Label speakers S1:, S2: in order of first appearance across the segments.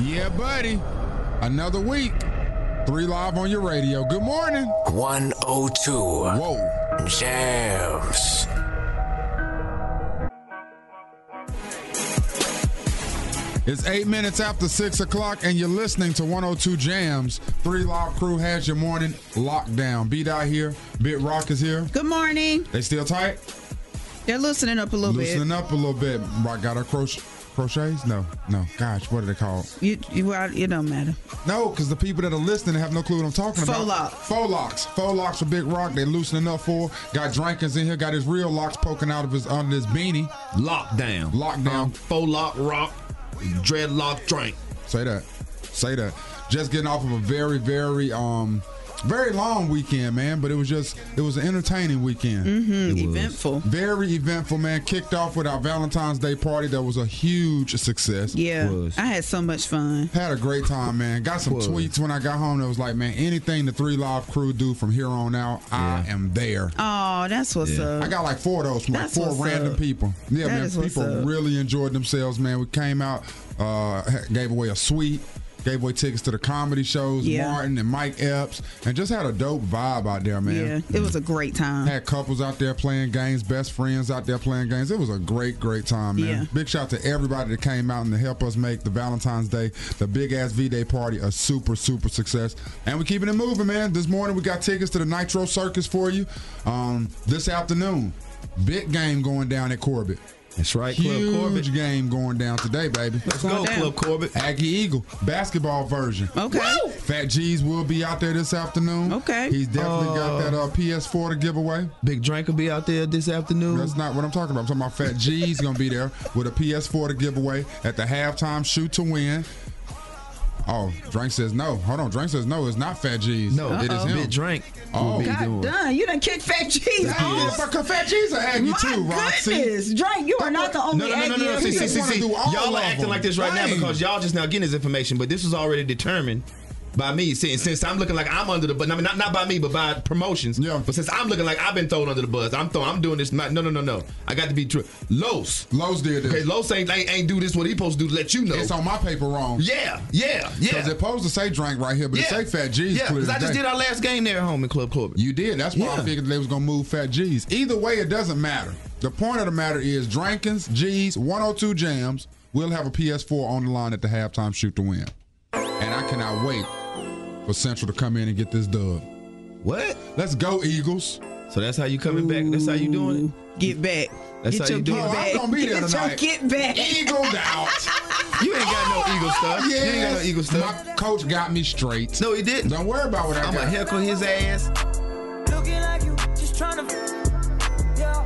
S1: Yeah, buddy. Another week. Three live on your radio. Good morning.
S2: 102
S1: Whoa.
S2: Jams.
S1: It's eight minutes after six o'clock, and you're listening to 102 Jams. Three Live Crew has your morning lockdown. B Dot here. Bit Rock is here.
S3: Good morning.
S1: They still tight?
S3: They're loosening up a little
S1: Loosening up a little bit. Rock got her croch- crochets? No, no. Gosh, what are they called?
S3: bit. You, you, well, it don't matter.
S1: No, because the people that are listening have no clue what I'm talking
S3: Faux
S1: about.
S3: lock.
S1: Faux locks. Faux locks for Big Rock. They loosening up for. Got Drankins in here. Got his real locks poking out of his under his beanie.
S4: Lockdown.
S1: Lockdown.
S3: Oh.
S4: Um, faux lock rock. Dreadlock drink.
S1: Say that. Say that. Just getting off of a very, very, um, very long weekend, man. But it was just, it was an entertaining weekend.
S3: Mm-hmm. Eventful.
S1: Very eventful, man. Kicked off with our Valentine's Day party that was a huge success.
S3: Yeah.
S4: Was.
S3: I had so much fun.
S1: Had a great time, man. Got some
S4: Was.
S1: tweets when I got home that was like, man, anything the Three Live crew do from here on out, I am there.
S3: Oh, that's what's
S4: Yeah.
S1: I
S3: up.
S1: got like four of those from like
S3: That's
S1: four
S3: what's
S1: random
S3: up.
S1: people. Yeah,
S3: That
S1: man,
S3: is what's
S1: people
S3: up.
S1: really enjoyed themselves, man. We came out, uh, ha- gave away a suite, gave away tickets to the comedy shows,
S3: Yeah.
S1: Martin and Mike Epps, and just had a dope vibe out there,
S3: Yeah.
S1: man.
S3: It was a great time.
S1: Had couples out there playing games, best friends out there playing games. It was a great, great time, man.
S3: Yeah.
S1: Big shout to everybody that came out and to help us make the Valentine's Day, the big ass V Day party, a super, super success. And we're keeping it moving, man. This morning we got tickets to the Nitro Circus for you. Um, this afternoon, big game going down at Corbett.
S4: That's right,
S1: Huge
S4: Club Corbett.
S1: game going down today, baby. Let's
S3: go.
S4: Go,
S3: down.
S4: Club Corbett.
S1: Aggie Eagle basketball version.
S3: Okay. Woo!
S1: Fat G's will be out there this afternoon.
S3: Okay.
S1: He's definitely got
S4: Oh.
S1: that uh, PS4 to give away.
S4: Big Drink will be out there this afternoon.
S1: That's not what I'm talking about. I'm talking about Fat G's gonna be there with a PS4 to give away at the halftime shoot to win. Oh, Drink says no. Hold on, Drink says no. It's not Fat G's.
S4: no,
S1: it is him.
S4: Big Drink.
S1: Oh.
S4: will be
S1: God
S4: doing.
S3: God done. You done kicked Fat Cheese
S1: Hey,
S3: off.
S1: motherfucker, Oh, Fat G's are Aggie
S3: My
S1: too, Roxy.
S3: goodness. Drake, you are not the
S4: No,
S3: only
S4: no, no, no, no, no.
S3: Aggie up
S4: See, see,
S3: here.
S4: see,
S1: wanna
S4: see.
S1: do all
S4: Y'all are
S1: of
S4: acting
S1: them.
S4: like this right
S1: Dang.
S4: now because y'all just now getting this information, but this was already determined by me. Since, since I'm looking like I'm under the bus, I mean, not, not by me, but by promotions.
S1: Yeah.
S4: But since I'm looking like I've been thrown under the bus, I'm throwing, I'm doing this. Not, no, no, no, no. I got to be true. Los.
S1: Lowe's did this.
S4: Okay, Los ain't, ain't, ain't do this what he supposed to do to let you know.
S1: It's on my paper wrong.
S4: Yeah, yeah, yeah.
S1: Because it's supposed to say drink right here, but
S4: yeah.
S1: it say Fat G's
S4: Yeah,
S1: clear
S4: because
S1: as
S4: I just
S1: day.
S4: did our last game there at home in Club Corbett.
S1: You did. That's why I
S4: Yeah.
S1: figured they was gonna move Fat G's. Either way, it doesn't matter. The point of the matter is Drankins, G's, 102 Jams will have a PS4 on the line at the halftime shoot to win. And I cannot wait for Central to come in and get this dub.
S4: What?
S1: Let's go, Eagles.
S4: So that's how you coming back? That's how you doing it?
S3: Get back.
S4: That's
S3: get
S4: how
S3: your
S4: you do
S3: get
S4: it.
S1: Oh, I'm
S3: back.
S1: gonna be there
S3: get
S1: tonight.
S3: your get back.
S1: Eagled out.
S4: You ain't got no Eagle stuff. You ain't got no
S1: Yes.
S4: Eagle stuff.
S1: My coach got me straight.
S4: No, he didn't.
S1: Don't worry about what I
S4: I'm
S1: got.
S4: gonna heckle his ass.
S5: Looking like you, just tryna Yeah.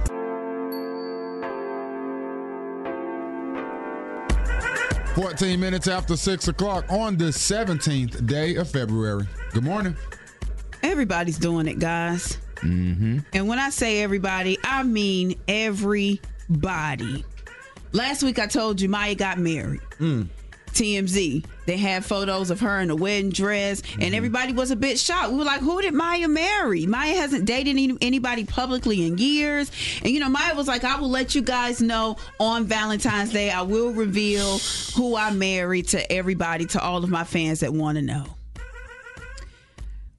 S1: Fourteen minutes after six o'clock on the seventeenth day of February. Good morning.
S3: Everybody's doing it, guys. And when I say everybody, I mean everybody. Last week I told you Maya got married. TMZ. They had photos of her in a wedding dress, and everybody was a bit shocked. We were like, "Who did Maya marry? Maya hasn't dated any, anybody publicly in years." And you know, Maya was like, "I will let you guys know on Valentine's Day. I will reveal who I married to everybody, to all of my fans that want to know."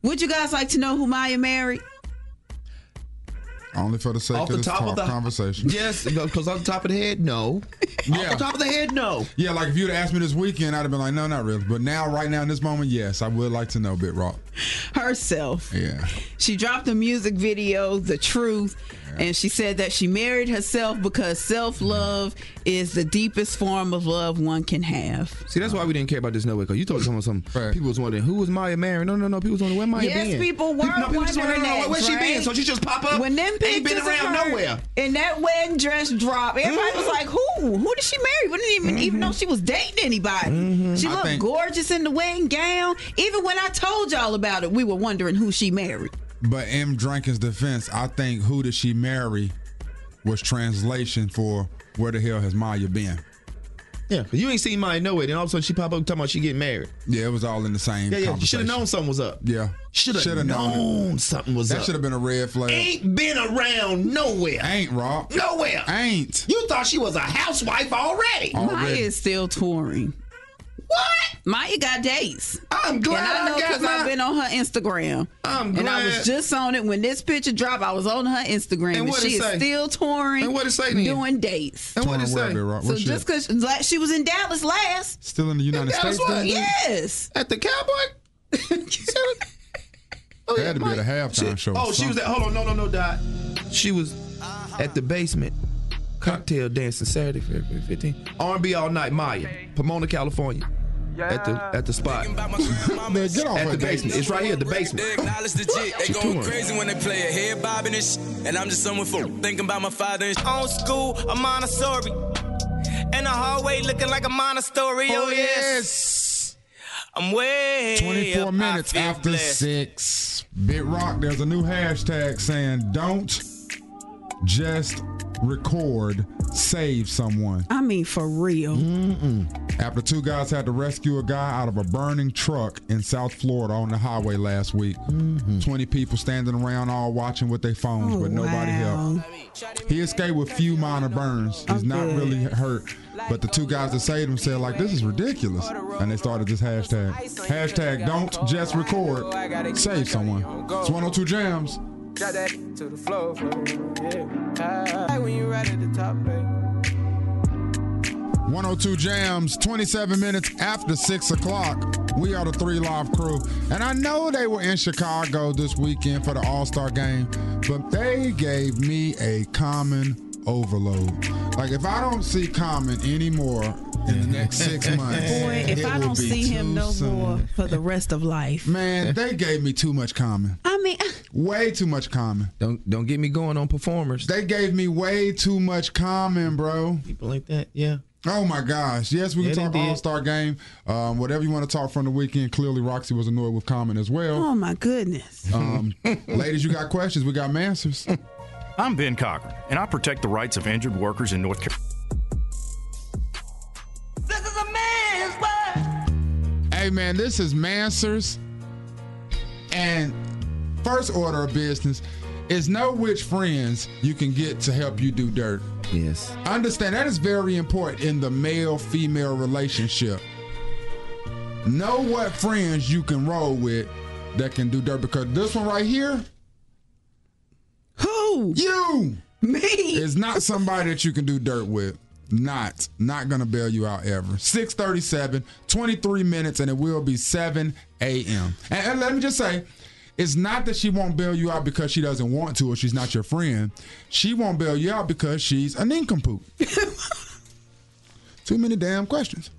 S3: Would you guys like to know who Maya married?
S1: Only for the sake
S4: Off
S1: of
S4: the
S1: this
S4: top
S1: talk
S4: of the
S1: conversation.
S4: Yes, because off the top of the head, no.
S1: Yeah.
S4: Off the top of the head, no.
S1: Yeah, like if you'd asked me this weekend, I'd have been like, no, not really. But now, right now, in this moment, yes, I would like to know Bit Rock.
S3: Herself.
S1: Yeah.
S3: She dropped a music video, The Truth, and she said that she married herself because self love is the deepest form of love one can have.
S4: See, that's why we didn't care about this no way. Because you told someone something.
S1: Right.
S4: People was wondering who was Maya marrying. No, no, no. People was wondering where Maya
S3: Yes,
S4: been.
S3: people were
S4: no, people just
S3: wondering
S4: wondering, no, no,
S3: that,
S4: where she
S3: Drake.
S4: been. So she just pop up.
S3: When them pictures
S4: ain't been
S3: of
S4: around
S3: her
S4: nowhere. Mm-hmm.
S3: in that wedding dress drop, everybody was like, "Who? Who did she marry? We didn't even even know she was dating anybody.
S4: Mm-hmm.
S3: She
S1: I
S3: looked
S1: think-
S3: gorgeous in the wedding gown. Even when I told y'all about it, we were wondering who she married.
S1: But in Drinkin's defense, I think who did she marry was translation for where the hell has Maya been?
S4: Yeah, 'cause you ain't seen Maya nowhere. Then all of a sudden she pop up talking about she getting married.
S1: Yeah, it was all in the same.
S4: Yeah, yeah. You
S1: conversation.
S4: should have known something was up.
S1: Yeah.
S4: Should
S1: Shoulda
S4: have known, something was
S1: That
S4: up.
S1: should have been a red flag.
S4: ain't been around nowhere.
S1: Ain't Rock.
S4: Nowhere.
S1: Ain't.
S4: You thought she was a housewife already.
S1: Already.
S3: Maya is still touring.
S4: What?
S3: Maya got dates.
S4: I'm glad
S3: And I know
S4: I got
S3: because
S4: my.
S3: I've been on her Instagram.
S4: I'm
S3: And I
S4: glad.
S3: was just on it when this picture dropped. I was on her Instagram,
S4: And
S3: and,
S4: what it
S3: she is
S4: say?
S3: still touring,
S4: And what it say then?
S3: doing dates.
S4: and what it
S1: Torn where,
S4: say?
S1: Big Rock?
S3: So
S1: Where she
S3: just
S1: at?
S3: because she was in Dallas last,
S1: still in the United
S4: Dallas
S1: States,
S4: what?
S1: then?
S3: yes,
S4: At the Cowboy? oh,
S1: They had to be at a halftime
S4: She-
S1: show. or
S4: Oh, she was
S1: something.
S4: at. Hold on, no, no, no, Dot. She was at the basement cocktail dancing Saturday, February 15th. R&B all night, Maya, Pomona, California. At the at the spot,
S1: Man, get off
S4: at
S1: her
S4: the basement. It's right here, the basement.
S6: They acknowledge the jit. They
S4: What you
S6: going
S4: doing?
S6: crazy when they play it. Head bobbing and shit. And I'm just someone for thinking about my father and shit.
S5: On school, a Montessori. In the hallway looking like a Montessori. Oh, yes. I'm way. up.
S1: 24 minutes
S5: I feel
S1: after
S5: blessed.
S1: six. Bit Rock, there's a new hashtag saying don't just record, save someone.
S3: I mean for real.
S1: After two guys had to rescue a guy out of a burning truck in South Florida on the highway last week.
S5: Mm-hmm.
S1: 20 people standing around all watching with their phones,
S3: Oh,
S1: but nobody helped.
S3: wow.
S1: He escaped with few minor burns. He's not
S3: Okay.
S1: really hurt. But the two guys that saved him said, like, this is ridiculous. And they started this hashtag. Hashtag don't just record. Save someone. It's 102 Jams.
S7: Drop that to the floor, floor, yeah. Like when you right at the top, babe.
S1: 102 Jams, 27 minutes after 6 o'clock. We are the Three Live Crew. And I know they were in Chicago this weekend for the All Star game, but they gave me a common overload. Like, if I don't see Common anymore in the next six months,
S3: Boy, if
S1: it
S3: I
S1: will
S3: don't
S1: be
S3: see him
S1: too
S3: no
S1: soon.
S3: more for the rest of life,
S1: Man, they gave me too much Common.
S3: I mean, ah,
S1: Way too much Common.
S4: Don't don't get me going on performers.
S1: They gave me way too much Common, bro.
S4: People like that, yeah.
S1: Oh my gosh! Yes, we can
S4: Yeah, they
S1: talk
S4: did.
S1: All Star Game, um, whatever you want to talk from the weekend. Clearly, Roxy was annoyed with Common as well.
S3: oh my goodness.
S1: Um, ladies, you got questions? We got answers.
S8: I'm Ben Cochran, and I protect the rights of injured workers in North Carolina.
S5: This is a man's world.
S1: hey man, this is Mansers, and first order of business is know which friends you can get to help you do dirt.
S4: Yes.
S1: Understand that is very important in the male female relationship. Know what friends you can roll with that can do dirt because this one right here,
S3: Who
S1: you.
S3: me?
S1: It's not somebody that you can do dirt with. Not. Not going to bail you out ever. 637, 23 minutes, and it will be 7 a.m. And, and let me just say, it's not that she won't bail you out because she doesn't want to or she's not your friend. She won't bail you out because she's a nincompoop. Too many damn questions.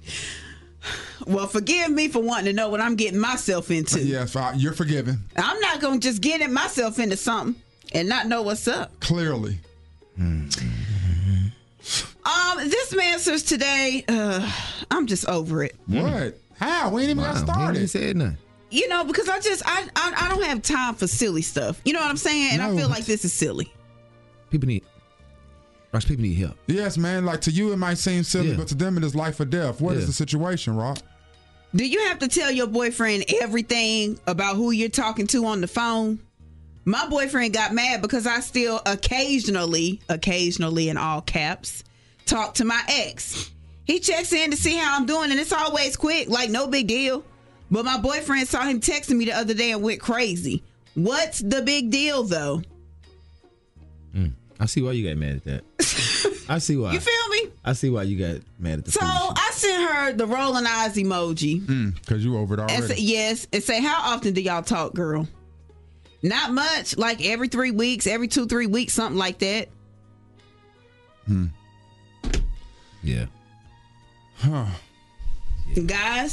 S3: Well, forgive me for wanting to know what I'm getting myself into.
S1: Yes, I- you're forgiven.
S3: I'm not gonna just get it myself into something and not know what's up.
S1: Clearly.
S3: Um, this man says today, uh, I'm just over it.
S1: What? How? We ain't even got
S4: Hmm. Wow, he
S1: started.
S4: ain't said nothing.
S3: You know, because I just I I, I don't have time for silly stuff. You know what I'm saying? And
S1: No.
S3: I feel like this is silly.
S4: People need. Rox, people need help.
S1: Yes, man. Like to you, it might seem silly,
S4: Yeah.
S1: but to them, it is life or death. What is
S4: Yeah.
S1: the situation, Rock?
S3: Do you have to tell your boyfriend everything about who you're talking to on the phone? My boyfriend got mad because I still occasionally, occasionally in all caps, talk to my ex. He checks in to see how I'm doing, and it's always quick, like no big deal. But my boyfriend saw him texting me the other day and went crazy. What's the big deal, though?
S4: I see why you got mad at that. I see why.
S3: You feel me?
S4: I see why you got mad at the.
S3: So
S4: foolishness.
S3: I sent her the rolling eyes emoji.
S1: Because you over it already.
S3: and say, yes and say how often do y'all talk girl not much like every three weeks every two three weeks something like that
S4: yeah.
S3: guys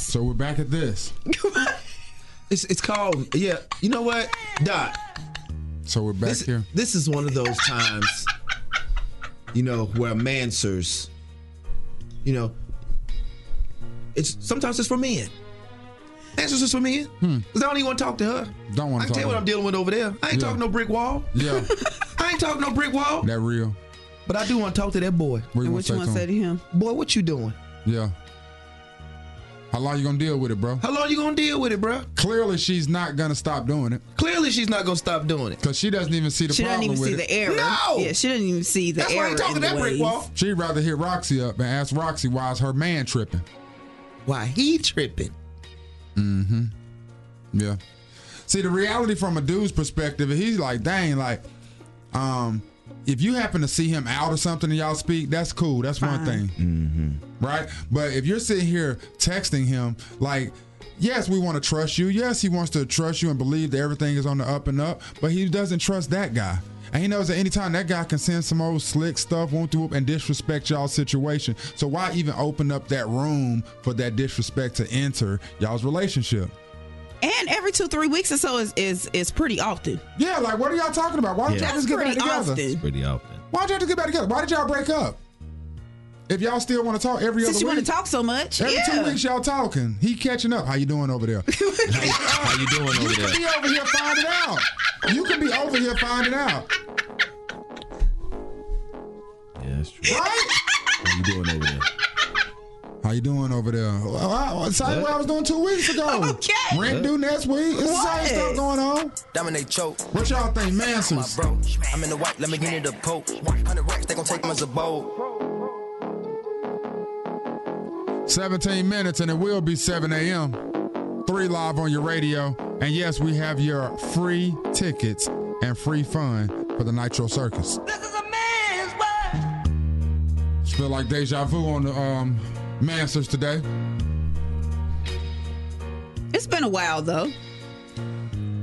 S1: So we're back at this.
S4: It's it's called yeah. You know what, Dot.
S1: So we're back
S4: This,
S1: here.
S4: this is one of those times, you know, where mansers, you know, it's sometimes it's for men. Answers is for men. Cause I don't even want to talk to her.
S1: Don't
S4: I
S1: want
S4: can
S1: to
S4: tell you what I'm
S1: talk.
S4: dealing with over there. I ain't
S1: Yeah.
S4: talking no brick wall.
S1: Yeah,
S4: I ain't talking no brick wall.
S1: that real.
S4: But I do want to talk to that boy.
S1: What you want
S3: and what
S1: to
S3: you
S1: say
S3: want to say
S1: to
S3: to
S1: him?
S3: him
S4: Boy, what you doing?
S1: Yeah. How long you gonna deal with it, bro?
S4: How long you gonna deal with it, bruh?
S1: Clearly, she's not gonna stop doing it
S4: Clearly, she's not gonna stop doing it.
S1: because she doesn't even see the
S3: she doesn't
S1: problem
S3: even
S1: with
S3: see
S1: it.
S3: the error
S4: No!
S3: yeah she doesn't even see the
S4: That's
S3: error
S4: why I ain't talking
S3: in
S4: to that
S3: the
S4: brick
S3: ways.
S4: wall.
S1: She'd rather hit Roxy up and ask Roxy why is her man tripping.
S9: Why he tripping?
S1: Yeah. See, the reality from a dude's perspective, he's like, dang, like, um, if you happen to see him out or something and y'all speak, that's cool. That's one thing. Mm-hmm. Right? But if you're sitting here texting him, like, yes, we want to trust you. Yes, he wants to trust you and believe that everything is on the up and up, but he doesn't trust that guy. And he knows that anytime that guy can send some old slick stuff, won't do and disrespect y'all situation. So why even open up that room for that disrespect to enter y'all's relationship?
S3: And every two, three weeks or so is is is pretty often.
S1: Yeah, like what are y'all talking about? Why don't
S10: Yeah.
S1: y'all
S3: That's
S1: just get back
S3: pretty
S1: together?
S3: often.
S10: Pretty often.
S1: Why don't y'all just get back together? Why did y'all break up? If y'all still want to talk every
S3: Since
S1: other
S3: you
S1: week,
S3: want to talk so much,
S1: every
S3: yeah.
S1: two weeks y'all talking. He catching up. How you doing over there? You
S10: How you doing over there?
S1: could be over here finding out. You could be over here finding out,
S10: Yeah, that's true.
S1: right?
S10: How you doing over there?
S1: How you doing over there? Well, I- Same way I was doing two weeks ago.
S3: Okay.
S1: Rent due next week. It's the same
S3: What?
S1: stuff going on.
S11: Dominate choke.
S1: What y'all think,
S11: My
S1: Mansons?
S11: bro. I'm in the white, let me get it a poke. 100 racks, they gon' take him as a bowl.
S1: 17 minutes and it will be 7 a.m. 3 live on your radio. And yes, we have your free tickets and free fun for the Nitro Circus.
S12: This is a man's world.
S1: Just feel like deja vu on the um, Masters today.
S3: It's been a while though,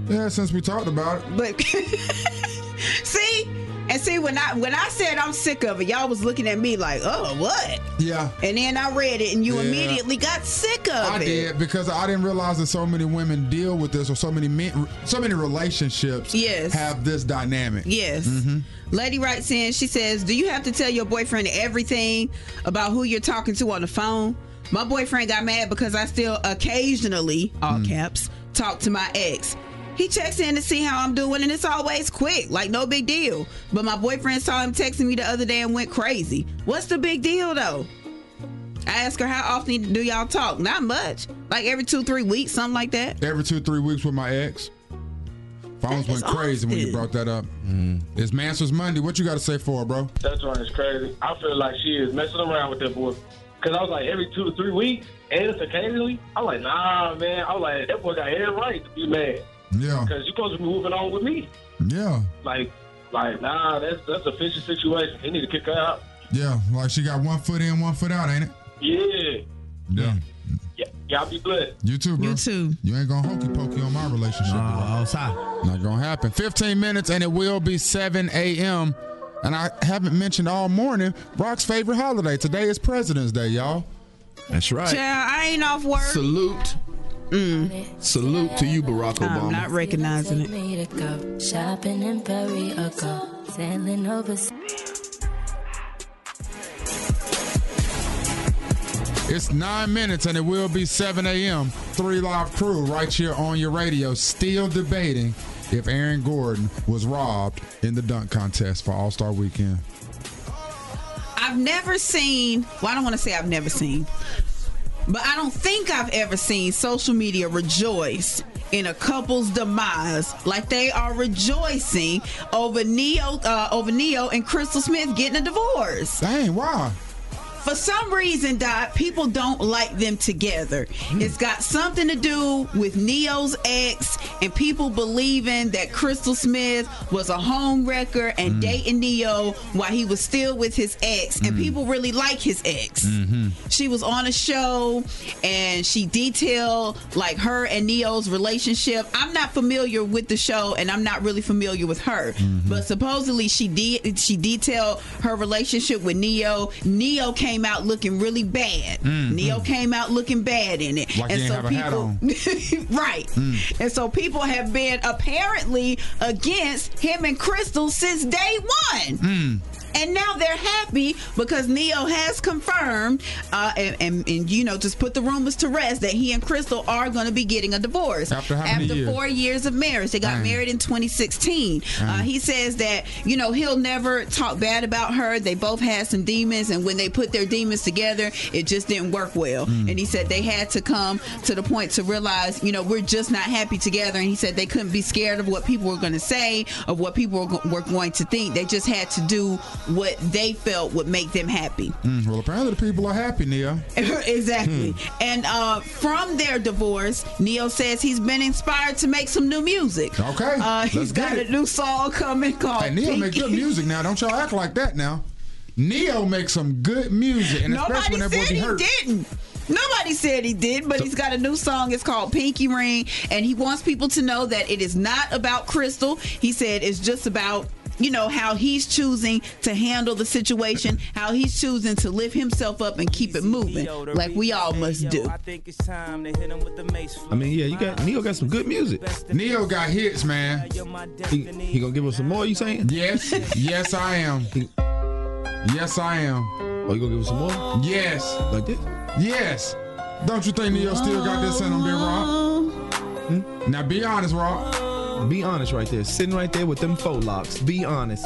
S1: Yeah, since we talked about it.
S3: but see and see when I when I said I'm sick of it, y'all was looking at me like, oh what?
S1: Yeah.
S3: And then I read it, and you
S1: Yeah.
S3: immediately got sick of
S1: I
S3: it.
S1: did because I didn't realize that so many women deal with this, or so many men, so many relationships
S3: Yes.
S1: have this dynamic.
S3: Yes.
S1: Mm-hmm.
S3: Lady writes in, she says, Do you have to tell your boyfriend everything about who you're talking to on the phone? My boyfriend got mad because I still occasionally, all
S1: Mm.
S3: caps, talk to my ex. He checks in to see how I'm doing, and it's always quick, like no big deal. But my boyfriend saw him texting me the other day and went crazy. What's the big deal, though? I asked her, How often do y'all talk? Not much. Like every two, three weeks, something like that.
S1: Every two, three weeks with my ex. Phones
S3: That is
S1: went crazy when you
S3: often.
S1: brought that up. It's Masters Monday. What you got to say for it, bro?
S13: That joint is crazy. I feel like she is messing around with that boy. Cause I was like every two to three weeks, and it's occasionally. I'm like, nah, man. I was like, that boy got every right to be mad.
S1: Yeah.
S13: Cause you supposed to be moving on with me.
S1: Yeah.
S13: Like, like, nah, that's that's a fishy situation. He need to kick her out.
S1: Yeah, like she got one foot in, one foot out, ain't it?
S13: Yeah,
S1: Yeah.
S13: yeah. Y'all be blessed.
S1: You too, bro.
S3: You too.
S1: You ain't gonna hokey pokey on my relationship.
S10: Uh, outside.
S1: Not gonna happen. 15 minutes and it will be 7 a.m. And I haven't mentioned all morning Rock's favorite holiday. Today is President's Day, y'all.
S9: That's right.
S3: Child, I ain't off work.
S9: Salute. Salute to you, Barack
S3: I'm
S9: Obama.
S3: not recognizing it.
S14: me to go shopping in Perry or go sailing over.
S1: It's nine minutes and it will be 7 a.m. Three Live Crew right here on your radio, still debating if Aaron Gordon was robbed in the dunk contest for All Star Weekend.
S3: I've never seen, well, I don't want to say I've never seen, but I don't think I've ever seen social media rejoice in a couple's demise like they are rejoicing over Neo uh, over Neo and Crystal Smith getting a divorce.
S1: Dang, why?
S3: For some reason, Dot, people don't like them together. It's got something to do with Neo's ex and people believing that Crystal Smith was a home wrecker and dating Neo while he was still with his ex. And people really like his ex. She was on a show and she detailed like her and Neo's relationship. I'm not familiar with the show and I'm not really familiar with her.
S1: Mm-hmm.
S3: But supposedly she did she detailed her relationship with Neo. Neo came out looking really bad. Neo came out looking bad in it.
S1: Mm-hmm. Like he didn't have a Mm.
S3: right. And so people have been apparently against him and Crystal since day one. And now they're happy because Neo has confirmed, uh, and, and, and you know, just put the rumors to rest that he and Crystal are going to be getting a divorce
S1: After how many years?
S3: four years of marriage. They got
S1: Dang.
S3: married in 2016. Uh, he says that you know he'll never talk bad about her. They both had some demons, and when they put their demons together, it just didn't work well. And he said they had to come to the point to realize, you know, we're just not happy together. And he said they couldn't be scared of what people were going to say, of what people were, go- were going to think. They just had to do what they felt would make them happy.
S1: Mm, well, apparently the people are happy, Neo.
S3: exactly.
S1: Hmm.
S3: And uh, from their divorce, Neil says he's been inspired to make some new music.
S1: Okay,
S3: Uh,
S1: let's
S3: he's
S1: get
S3: got
S1: it.
S3: a new song coming called
S1: Hey, Neo
S3: Oh, Pinky.
S1: make good music now. Don't y'all act like that now. Neo makes some good music, and especially
S3: Nobody
S1: when that boy
S3: said
S1: be
S3: he
S1: hurt.
S3: didn't. Nobody said he did, but he's got a new song. It's called Pinky Ring, and he wants people to know that it is not about Crystal. He said it's just about you know how he's choosing to handle the situation, how he's choosing to lift himself up and keep it moving, like we all must do.
S10: I mean, yeah, you got Neo got some good music.
S1: Neo got hits, man.
S10: He, he gonna give us some more. You saying?
S1: Yes, yes, I am. Yes, I am.
S10: Oh, you gonna give us some more?
S1: Yes,
S10: like this?
S1: Yes. Don't you think Neo still got this in him, Big Rob? Now be honest, Rob.
S10: Be honest, right there. Sitting right there with them faux locks. Be honest.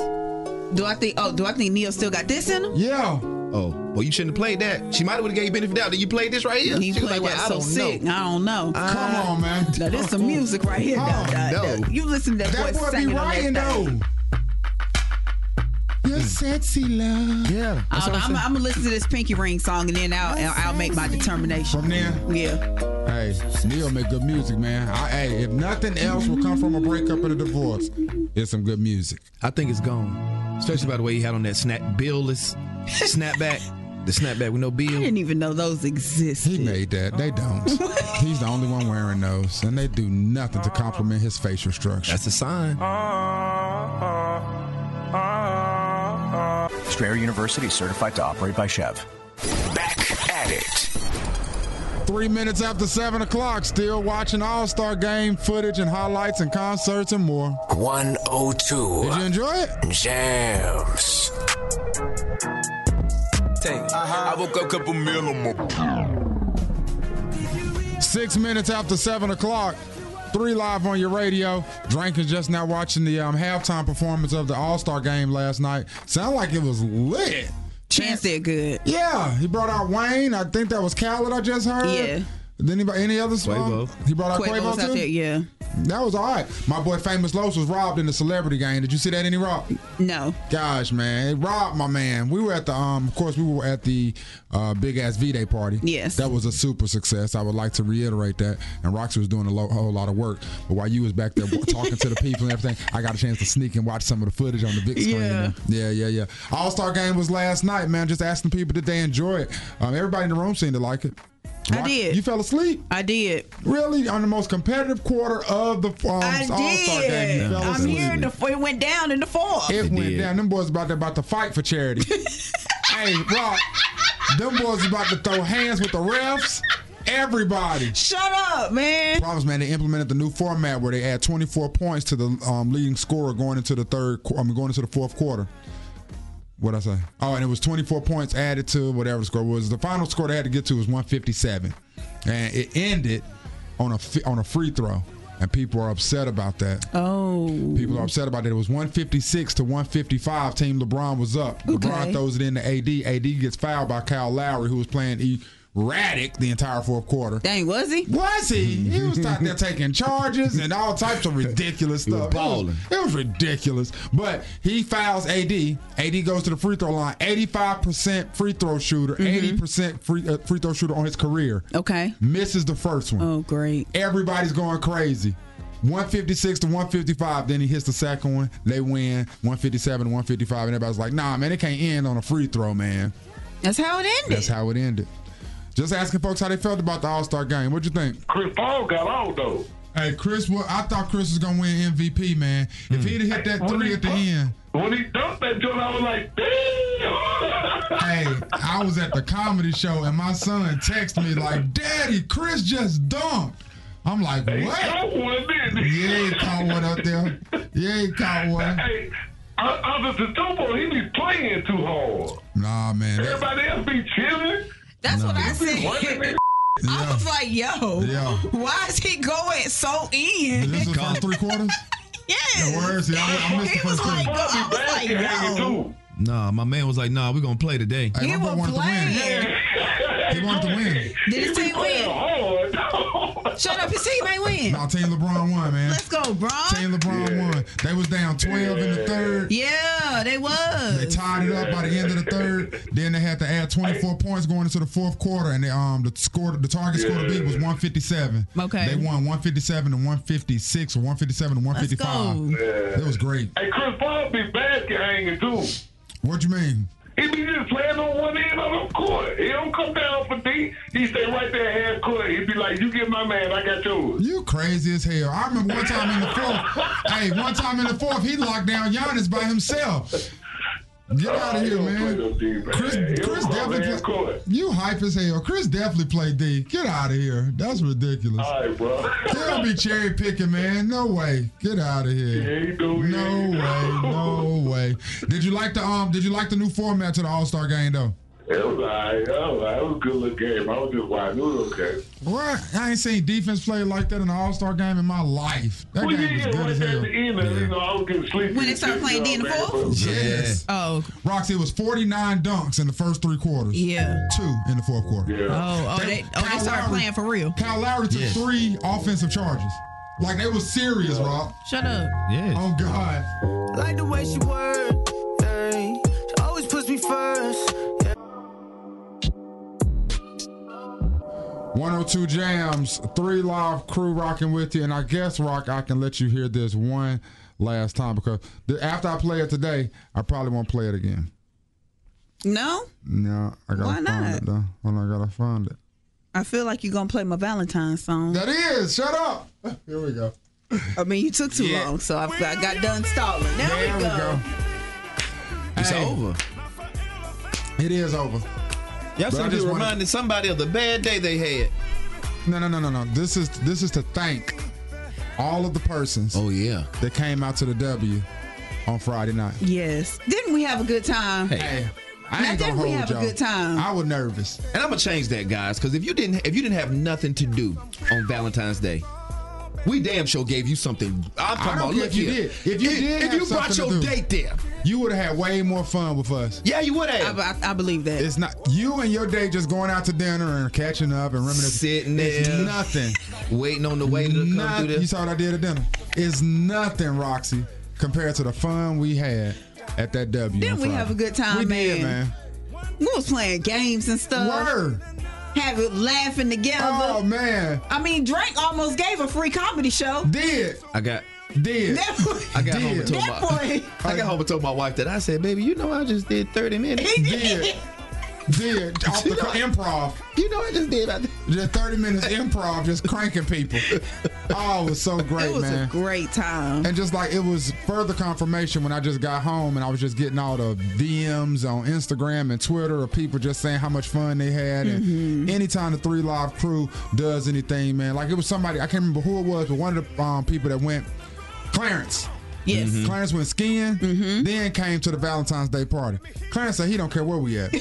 S3: Do I think? Oh, do I think Neo still got this in him?
S1: Yeah.
S10: Oh, well, you shouldn't have played that. She might have gave you benefit of the doubt. Then you played this right here.
S3: He
S10: She was
S3: played
S10: like, well,
S3: that
S10: I
S3: so
S10: don't
S3: sick.
S10: know.
S3: I don't know.
S1: Uh,
S10: Come on,
S1: man.
S3: Uh, Now this some music right here. Now,
S10: Oh,
S3: now,
S10: no.
S3: now, You listen to that,
S1: Oh, That boy be
S3: singing on
S1: writing,
S3: that thing.
S1: Your sexy love.
S10: Yeah.
S3: I don't know. I'm, I'm gonna listen to this Pinky Ring song and then I'll, I'll, I'll make my determination.
S1: From there?
S3: Yeah.
S1: Hey, Neo make good music, man. I, hey, if nothing else will come from a breakup and a divorce, it's some good music.
S10: I think it's gone. Especially by the way he had on that snap billless snapback. The snapback with no bill. I didn't
S3: even know those existed.
S1: He made that. They don't. He's the only one wearing those, and they do nothing to compliment his facial structure. That's
S10: a sign.
S9: Uh,
S15: Strayer University is certified to operate by Chev.
S2: Back at it.
S1: Three minutes after seven o'clock, still watching All Star Game footage and highlights and concerts and more.
S2: 102.
S1: Did you enjoy it?
S2: Jams.
S11: Take. I woke up couple meal on my.
S1: Six minutes after seven o'clock. Three live on your radio. Drake is just now watching the um, halftime performance of the All Star Game last night. Sound like it was lit.
S3: Chance did good.
S1: Yeah, he brought out Wayne. I think that was Khaled. I just heard.
S3: Yeah.
S1: Did anybody any other song? He brought out
S3: Quavo's
S1: Quavo,
S3: out
S1: too.
S3: there, yeah.
S1: That was all right. My boy Famous Los was robbed in the celebrity game. Did you see that any rock?
S3: No.
S1: Gosh, man. It robbed my man. We were at the um of course we were at the uh big ass V Day party. Yes. That was a super success. I would like to reiterate that. And Roxy was doing a lo- whole lot of work. But while you was back there talking to the people and everything, I got a chance to sneak and watch some of the footage on the big screen.
S16: Yeah.
S1: Yeah, yeah, yeah. All Star game was last night, man. Just asking people did they enjoy it. Um, everybody in the room seemed to like it. I did. You fell asleep.
S3: I did.
S1: Really, on the most competitive quarter of the um,
S3: I
S1: All Star game,
S3: did.
S1: you fell
S3: I'm
S1: asleep.
S3: here. in The, it went down in the fourth.
S1: It went down. Them boys about to about to fight for charity. hey, Rock. Them boys about to throw hands with the refs. Everybody.
S3: Shut up, man.
S1: Promise, man. They implemented the new format where they add 24 points to the um, leading scorer going into the third. qu- I mean, going into the fourth quarter. What I say? Oh, and it was 24 points added to whatever the score was. The final score they had to get to was 157, and it ended on a fi- on a free throw. And people are upset about that.
S3: Oh,
S1: people are upset about that. It was 156 to 155. Team LeBron was up. LeBron throws it in to AD. AD gets fouled by Kyle Lowry, who was playing erratic the entire fourth quarter.
S3: Dang, was he?
S1: Was he? He was out there taking charges and all types of ridiculous stuff. It, was, it was ridiculous. But he fouls AD. AD goes to the free throw line. 85% free throw shooter, 80% free, uh, free throw shooter on his career.
S3: Mm-hmm. Okay.
S1: Misses the first one.
S3: Oh, great.
S1: Everybody's going crazy. 156 to 155. Then he hits the second one. They win 157 to 155. And everybody's like, nah, man, it can't end on a free throw, man.
S3: That's how it ended.
S1: That's how it ended. Just asking folks how they felt about the All Star game. What'd you think?
S13: Chris Paul got all those.
S1: Hey, Chris, well, I thought Chris was gonna win MVP, man. If he'd have hit that three at the end.
S13: When he dunked that joint, I was like,
S1: hey, I was at the comedy show and my son texted me like, "Daddy, Chris just dunked." I'm like,
S13: He
S1: "What?"
S13: caught one, didn't he?
S1: yeah, he caught one out there. Yeah, he caught one.
S13: hey, uh, other than Tupo, he be playing too hard.
S1: Nah, man. that-
S13: Everybody else be chilling.
S3: That's what I
S13: He be running
S3: said.
S13: that
S3: I was like, yo,
S1: Yeah.
S3: why is he going so in?
S1: This is the first three quarters.
S3: Yes.
S1: The words, yeah, I, I missed the
S3: He was
S1: first
S3: like,
S1: three.
S3: I was like, yo.
S10: Nah, my man was like, nah, we're gonna play today.
S1: Hey, my boy wanted to win. He wanted to win.
S3: Did his team win?
S13: hard.
S3: Shut up, his team ain't win.
S1: Nah, Team LeBron won, man.
S3: Let's go, Bron.
S1: Team LeBron won. They was down 12 in the third.
S3: Yeah, they was.
S1: They tied it up by the end of the third. Then they had to add 24 points going into the fourth quarter, and they, um the score the target score to beat was 157.
S3: Okay.
S1: They won 157 to 156 or 157 to 155. It was great.
S13: Hey, Chris Paul be basket hanging too.
S1: What you mean?
S13: He be just playing on one end of the court. He don't come down for D. He stay right there half court. He be like, "You get my man, I got yours."
S1: You crazy as hell. I remember one time in the fourth. hey, one time in the fourth, he locked down Giannis by himself. Get out of here, man. Chris, Chris definitely play, You hype as hell. Chris definitely played D. Get out of here. That's ridiculous. All
S13: right, bro.
S1: Can't be cherry picking, man. No way. Get out of here. no way. No way. Did you like the um? Did you like the new format to the All Star game though?
S13: It was alright. All right. It was a good little game. I was just watching. It was okay.
S1: What? I ain't seen defense play like that in an All Star game in my life. That
S13: Well,
S1: game
S13: yeah,
S1: was good
S13: right
S1: as
S13: there at
S1: hell.
S13: the end, and, you know, I was getting sleepy.
S3: When they start playing D in the fourth?
S1: Yes.
S3: Oh.
S1: Roxy, it was 49 dunks in the first three quarters.
S3: Yeah.
S1: Two in the fourth quarter.
S3: Oh, oh, they, oh, they
S1: Kyle
S3: started
S1: Lowry-
S3: playing for real.
S1: Kyle Lowry took three offensive charges. Like, they was serious, Rob.
S3: Shut up.
S1: Yes. Oh, God.
S16: Like the way she work, ayy. She always puts me first.
S1: 102 Jams, three live crew rocking with you. And I guess, Rock, I can let you hear this one last time because the, after I play it today, I probably won't play it again.
S3: No,
S1: No, I gotta
S3: Why
S1: find
S3: not?
S1: it, though. Hold on, I gotta find it.
S3: I feel like you're gonna play my Valentine's song.
S1: That is. Shut up. Here we go.
S3: I mean, you took too
S1: Yeah.
S3: long, so I, I got done stalling. There, we go.
S1: It's over. It is over.
S9: Y'all
S1: But I
S9: seem to
S1: just
S9: be
S1: wanted-
S9: reminding somebody of the bad day they had.
S1: No, no, no, no, no. This is this is to thank all of the persons. Oh yeah, that came out to the W on Friday night.
S3: Yes. Didn't we have a good time?
S1: Hey.
S3: now, didn't we have a good time?
S1: I was nervous.
S9: And I'm gonna change that, guys, because if you didn't if you didn't have nothing to do on Valentine's Day, we damn sure gave you something. I'm talking
S1: I don't
S9: about
S1: care
S9: look
S1: if you
S9: here.
S1: did. If you did,
S9: if
S1: have
S9: you brought your
S1: something to do,
S9: date there,
S1: you would have had way more fun with us.
S9: Yeah, you would have.
S3: I, I, believe that.
S1: It's not you and your date just going out to dinner and catching up and reminiscing.
S9: Sitting
S1: It's
S9: there.
S1: nothing.
S9: waiting on the waiter to come
S1: Nothing.
S9: through
S1: You
S9: this.
S1: saw what I did at dinner. It's nothing, Roxy, compared to the fun we had at that W.
S3: Didn't
S1: on
S3: we
S1: Friday.
S3: have a good time,
S1: we
S3: man? Uh,
S1: Did, man.
S3: We was playing games and stuff.
S1: Word.
S3: Have it laughing together. Oh
S1: man.
S3: I mean, Drake almost gave a free comedy show.
S1: Did.
S9: I got
S1: did.
S9: I got home
S3: Did.
S9: and told
S3: That
S9: my
S3: boy.
S9: I got home and told my wife that I said, baby, you know I just did 30 minutes.
S3: He did.
S1: Did off the co- improv.
S9: You know I just did about
S1: Just 30 minutes improv, just cranking people. Oh, it was so great,
S3: It was a
S1: man.
S3: great time.
S1: And just like it was further confirmation when I just got home and I was just getting all the DMs on Instagram and Twitter of people just saying how much fun they had. And anytime the Three Live crew does anything, man, like it was somebody, I can't remember who it was, but one of the um, people that went, Clarence.
S3: Yes.
S1: Clarence went skiing, then came to the Valentine's Day party. Clarence said he don't care where we at.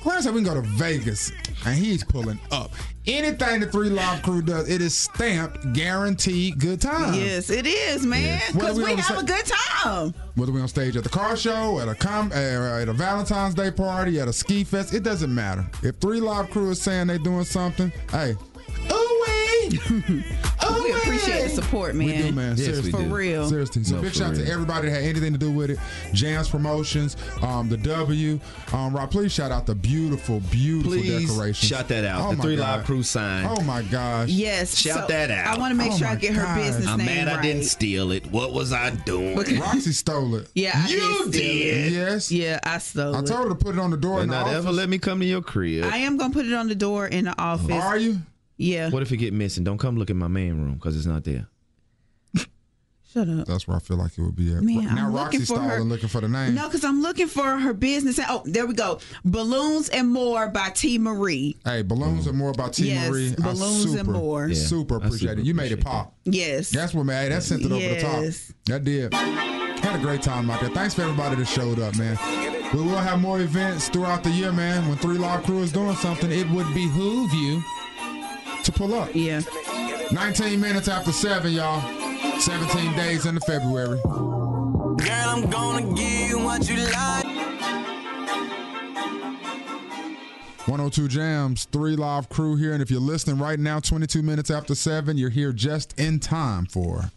S1: Clarence said we can go to Vegas, and he's pulling up. Anything the Three Live crew does, it is stamped guaranteed good time.
S3: Yes, it is, man.
S1: Yeah. What
S3: Because
S1: are we
S3: we
S1: gonna
S3: have
S1: say?
S3: a good time.
S1: Whether we on stage at the car show, at a com, uh, at a Valentine's Day party, at a ski fest, it doesn't matter. If Three Live Crew is saying they doing something, hey, oh wait,
S9: Oh,
S3: we appreciate the support, man.
S1: we do, man. Seriously,
S3: For real.
S1: Seriously, so big shout out to everybody that had anything to do with it. Jams Promotions, um, the W, um, Rob. Please shout out the beautiful, beautiful
S9: Please
S1: decorations. Oh
S9: shout that out. The
S1: my
S9: Three Live Crew sign.
S1: Oh my gosh.
S3: Yes.
S9: Shout
S3: so
S9: that out.
S3: I want to make
S1: Oh
S3: sure I
S1: my
S3: get her
S1: God.
S3: business
S9: I'm
S3: name
S9: mad
S3: right.
S9: I didn't steal it. What was I doing?
S1: Roxy stole it.
S3: Yeah, I
S9: You
S3: did. steal
S9: did.
S3: It.
S1: Yes.
S3: Yeah, I stole
S1: I
S3: it.
S1: told her to put it on the door.
S9: And
S1: in the
S9: not ever
S1: office.
S9: let me come to your crib.
S3: I am gonna put it on the door in the office.
S1: Are you?
S3: Yeah.
S9: What if it get missing? Don't come look in my man room because it's not there.
S3: Shut up.
S1: That's where I feel like it would be at.
S3: Man,
S1: now
S3: I'm
S1: Roxy
S3: looking for
S1: Stall
S3: her-
S1: and looking for the name.
S3: No, because I'm looking for her business. Oh, there we go. Balloons and More by T. Marie.
S1: Hey, balloons and more about T
S3: Yes,
S1: Marie. I
S3: balloons and
S1: super,
S3: more. Yeah,
S1: super
S3: I
S1: appreciate
S3: super
S1: it. You made it pop.
S3: Yes.
S1: That's what man. That sent it over the
S3: Yes.
S1: top. That did. Had a great time out there. Thanks for everybody that showed up, man. We will have more events throughout the year, man. When Three Live Crew is doing something, it would behoove you to pull up.
S3: Yeah.
S1: 19 minutes after seven, y'all. 17 days into February.
S11: Girl, I'm gonna give you what you like.
S1: 102 Jams, three live crew here. And if you're listening right now, 22 minutes after 7, you're here just in time for.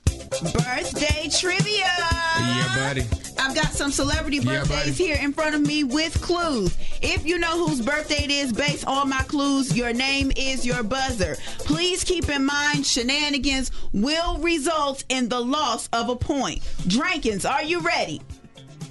S3: Birthday trivia.
S1: Yeah, buddy.
S3: I've got some celebrity
S1: Yeah,
S3: birthdays here in front of me with clues. If you know whose birthday it is based on my clues, your name is your buzzer. Please keep in mind shenanigans will result in the loss of a point. Drankins, are you ready?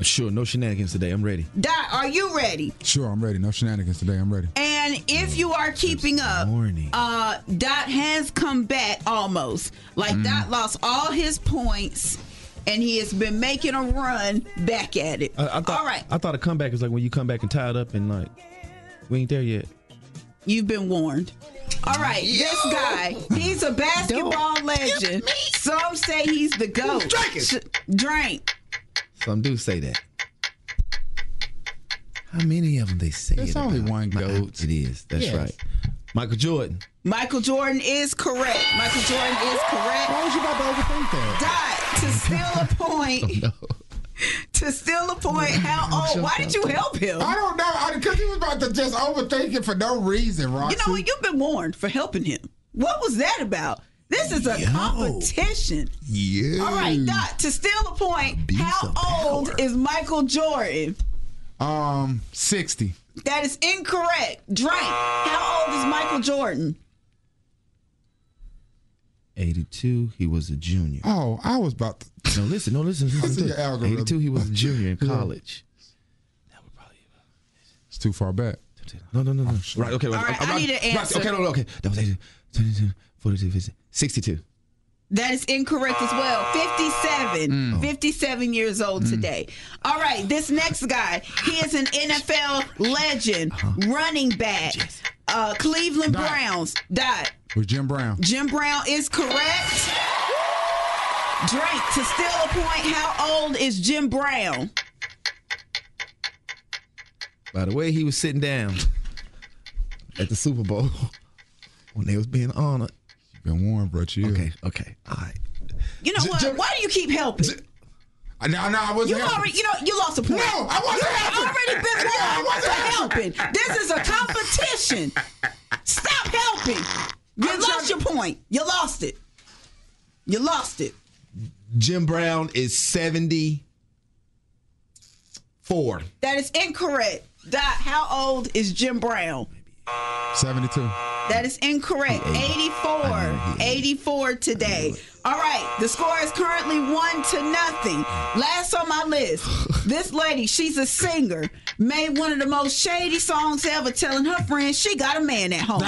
S4: Sure, no shenanigans today. I'm ready.
S3: Dot, are you ready?
S1: Sure, I'm ready. No shenanigans today. I'm ready.
S3: And if you are keeping up, uh, Dot has come back almost. Like
S1: Mm.
S3: Dot lost all his points, and he has been making a run back at it.
S4: I, I thought,
S3: all right,
S4: I thought a comeback is like when you come back and tie it up and like we ain't there yet.
S3: You've been warned. All right, this guy, he's a basketball legend. Some say he's the GOAT. Drink Drink.
S4: Some do say that. How many of them they say?
S3: There's
S4: it
S3: only
S4: about?
S1: one
S4: goat. It is. That's
S3: Yes.
S4: right. Michael Jordan.
S3: Michael Jordan is correct. Michael Jordan is correct.
S1: Why was you about to overthink
S3: that? Dot, to steal a point. To steal a point. How old? Why did you help him?
S1: I don't know. Because he was about to just overthink it for no reason, Roxy.
S3: You know what? You've been warned for helping him. What was that about? This is a competition.
S1: Yeah.
S3: All right, Dot, to steal a point, how old is Michael Jordan?
S1: Um, 60.
S3: That is incorrect. Drake, how old is Michael Jordan?
S4: 82, he was a junior.
S1: Oh, I was about to.
S4: No, listen, no, listen. listen,
S1: I see
S4: listen.
S1: your algorithm.
S4: 82, he was a junior in
S1: Yeah.
S4: college.
S1: It's too far back.
S4: No, no, no, no. Right, okay, right.
S3: All right,
S4: I'm-
S3: I
S4: I'm-
S3: need an
S4: Right,
S3: answer.
S4: Okay, no, no, okay. That was 82, 22, 42, 52, 62.
S3: That is incorrect as well. 57.
S4: Mm.
S3: 57 years old today. All right, this next guy, he is an NFL legend, running back, uh, Cleveland Browns. Dot.
S1: With Jim Brown.
S3: Jim Brown is correct. Drake, to steal a point, how old is Jim Brown?
S4: By the way, he was sitting down at the Super Bowl when they was being honored.
S1: You've been warned, bro. Chill.
S4: Okay, okay. All right.
S3: You know what? Why do you keep helping?
S1: No, no, Uh, I wasn't
S3: You
S1: helping.
S3: already, you know, you lost a point.
S1: No, I wasn't
S3: You had
S1: helping.
S3: already been
S1: No, I
S3: won
S1: wasn't
S3: for helping. This is a competition. Stop helping. You lost your point. You lost it. You lost it.
S4: Jim Brown is 74.
S3: That is incorrect. Dot, how old is Jim Brown?
S1: 72.
S3: That is incorrect. 84. 84 today. All right. The score is currently one to nothing. Last on my list, this lady, she's a singer, made one of the most shady songs ever, telling her friends she got a man at home.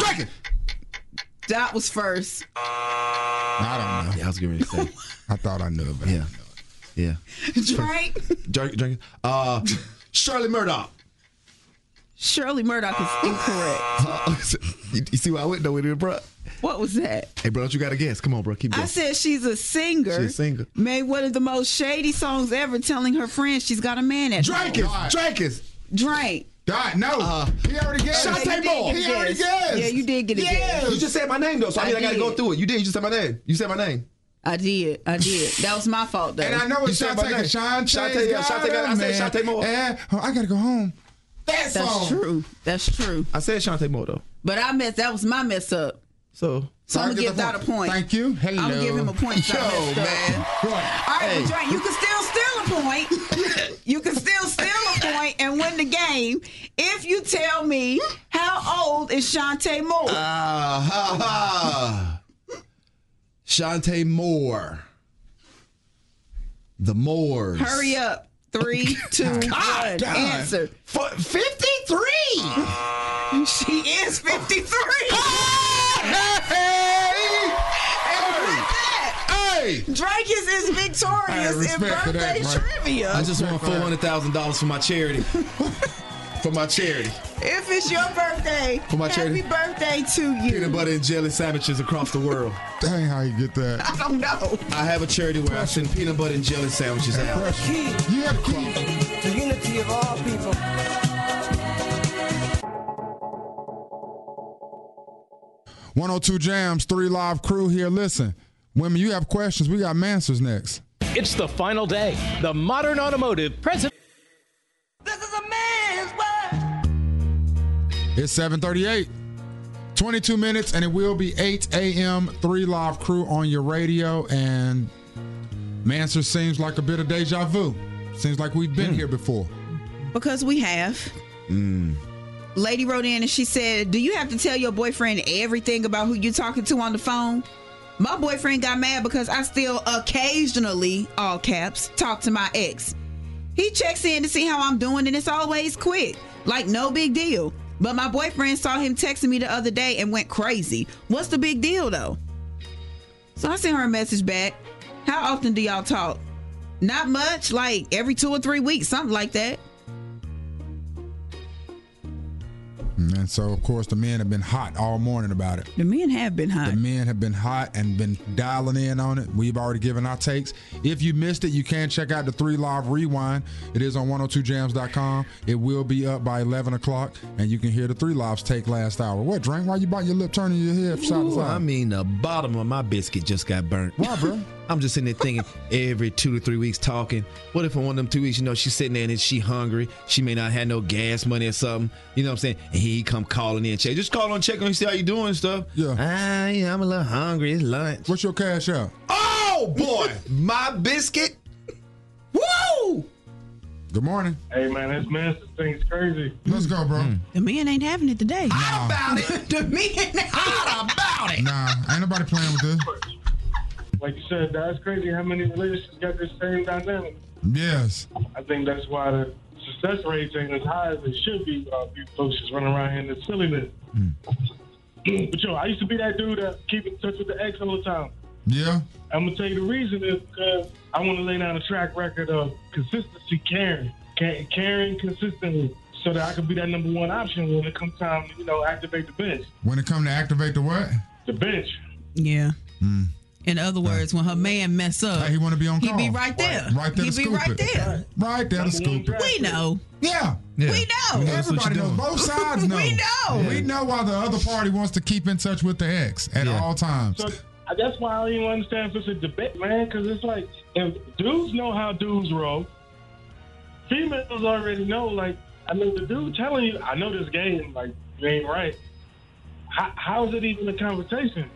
S3: Dot was first.
S1: I don't know.
S4: Yeah, I was getting ready to say.
S1: I thought I knew, but
S4: yeah. Yeah.
S3: Drake.
S4: Drink, drink. Uh, Shirley Murdoch.
S3: Shirley Murdoch is incorrect.
S4: you, you see where I went though with it, bro?
S3: What was that?
S4: Hey, bro, you got to guess. Come on, bro. Keep
S3: I
S4: going.
S3: said she's a singer.
S4: She's a singer.
S3: Made one of the most shady songs ever, telling her friends she's got a man at home.
S4: Drake is. Drake is.
S3: Drake.
S1: God, no. he already guessed.
S3: Yeah, you
S4: Shantae
S3: did
S4: Moore.
S3: get a
S4: He already
S3: guess.
S4: guessed.
S3: Yeah, you did get a
S4: Yeah.
S3: guess.
S4: You just said my name though, so I mean I, got to go
S3: did.
S4: through it. You did. You just said my name. You said my name.
S3: I did. I did. That was my fault though.
S1: And I know it's
S4: You said my
S1: Shantae.
S4: name. Shantae, yeah, Shantae got- I said Shantae Moore.
S1: Yeah, oh, I got to go home. That
S3: That's
S1: song.
S3: true. That's true.
S4: I said Shantae Moore though.
S3: But I messed. That was my mess up.
S4: So.
S3: So I'm gonna give that a point.
S1: Thank you. Hello.
S3: I'm gonna give him a point. so I
S1: Yo,
S3: messed up.
S1: man.
S3: All right, but Drake, you can still steal a point. you can still steal a point and win the game if you tell me how old is Shantae Moore.
S4: Ah ha ha. Shantae Moore. The Moors.
S3: Hurry up. Three, two, one.
S4: God damn.
S3: Answer.
S4: For 53.
S3: She is 53.
S1: Hey!
S3: Drakus is
S4: Hey,
S3: victorious in
S4: respect for that,
S3: birthday
S4: bro.
S3: trivia.
S4: I just won four hundred thousand dollars for my charity. for my charity.
S3: If it's your birthday,
S4: For my
S3: happy
S4: charity.
S3: birthday to you.
S4: Peanut butter and jelly sandwiches across the world.
S1: Dang, how you get that?
S3: I don't know.
S4: I have a charity where I send peanut butter and jelly sandwiches out.
S1: You have key
S17: to unity of all people.
S1: One hundred two jams. Three live crew here. Listen, women, you have questions. We got answers next.
S18: It's the final day. The Modern Automotive President.
S1: It's 738. 22 minutes, and it will be 8 a.m. 3 Live Crew on your radio. And Manser seems like a bit of deja vu. Seems like we've
S9: Hmm.
S1: been here before.
S3: Because we have.
S1: Mm.
S3: Lady wrote in and she said, Do you have to tell your boyfriend everything about who you talking to on the phone? My boyfriend got mad because I still occasionally, all caps, talk to my ex. He checks in to see how I'm doing and it's always quick, like no big deal. But my boyfriend saw him texting me the other day and went crazy. What's the big deal though? So I sent her a message back. How often do y'all talk? Not much, like every two or three weeks, something like that.
S1: And so, of course, the men have been hot all morning about it.
S3: The men have been hot.
S1: The men have been hot and been dialing in on it. We've already given our takes. If you missed it, you can check out the three live rewind. It is on 102jams.com. It will be up by 11 o'clock, and you can hear the three lives take last hour. What, Drink? Why you biting your lip, turning your head? Side to
S9: Ooh, I
S1: side?
S9: mean, the bottom of my biscuit just got burnt.
S1: Why, bro?
S9: I'm just sitting there thinking every two to three weeks talking. What if in one of them two weeks, you know, she's sitting there and she hungry? She may not have no gas money or something. You know what I'm saying? And he come calling in, check. Just call on, check on, you, see how you doing and stuff. Yeah. Ah, yeah, I'm a little hungry. It's lunch.
S1: What's your cash out?
S9: Oh boy, my biscuit. Woo!
S1: Good morning.
S13: Hey man, this master thing's crazy.
S1: Let's go, bro.
S3: The men ain't having it today.
S9: about it. The men hot about it.
S1: Nah, ain't nobody playing with this.
S13: Like you said, that's crazy how many relationships got this same dynamic.
S1: Yes.
S13: I think that's why the success rate ain't as high as it should be. Uh, you folks just running around here in this silliness.
S1: Hmm.
S13: but yo, I used to be that dude that keep in touch with the ex all the time.
S1: Yeah.
S13: I'm gonna tell you the reason is because I want to lay down a track record of consistency, caring, ca- caring consistently, so that I can be that number one option when it comes time, to, you know, activate the bench.
S1: When it come to activate the what?
S13: The bench.
S3: Yeah. In other words, when her man mess up,
S1: Hmm. he want to be on
S3: He be
S1: call.
S3: right there.
S1: Right, right there
S3: He
S1: to
S3: be
S1: scoop
S3: right
S1: it.
S3: there.
S1: Right there to scoop it.
S3: We know.
S1: Yeah.
S3: We know.
S1: Everybody knows. Both sides know.
S3: we know.
S1: We know why the other party wants to keep in touch with the ex at all times.
S13: So I- that's why I don't even understand if it's a debate, man. Because it's like if dudes know how dudes roll, females already know. Like I mean, the dude telling you, I know this game. Like you ain't right. How, how is it even a conversation?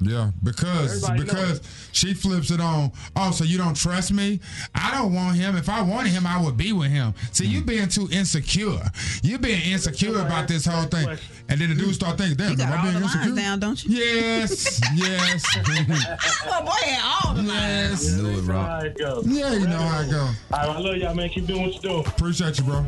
S1: Yeah, because
S13: Everybody
S1: because she flips it on. Oh, so you don't trust me? I don't want him. If I wanted him, I would be with him. See, you being too insecure. You being insecure about this whole thing. And then the dude start thinking, damn, am I being insecure?
S3: down, don't you?
S1: Yes, yes.
S3: My boy had all the
S1: yes.
S9: Knew it, Rock.
S13: There it go.
S1: Yeah, you know how it go.
S13: All right, uh, I love y'all, man. Keep doing what you do.
S1: Appreciate you, bro.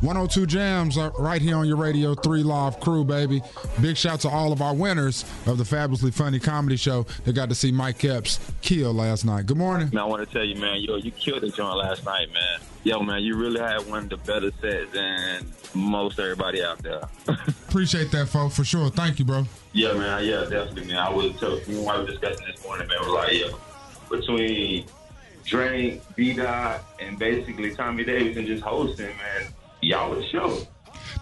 S1: One hundred two jams uh, right here on your radio. Three live crew, baby. Big shout to all of our winners of the fabulously funny comedy show that got to see Mike Epps kill last night. Good morning.
S6: Man, I want to tell you, man, yo, you killed the joint last night, man. Yo, man, you really had one of the better sets than most everybody out there.
S1: Appreciate that, folks, for sure. Thank you, bro.
S6: Yeah, man, yeah, definitely, man. I was tell me and my wife discussing this morning, man. We're like, yo, between Drake, B Dot, and basically Tommy Davis and just hosting, man, y'all was show.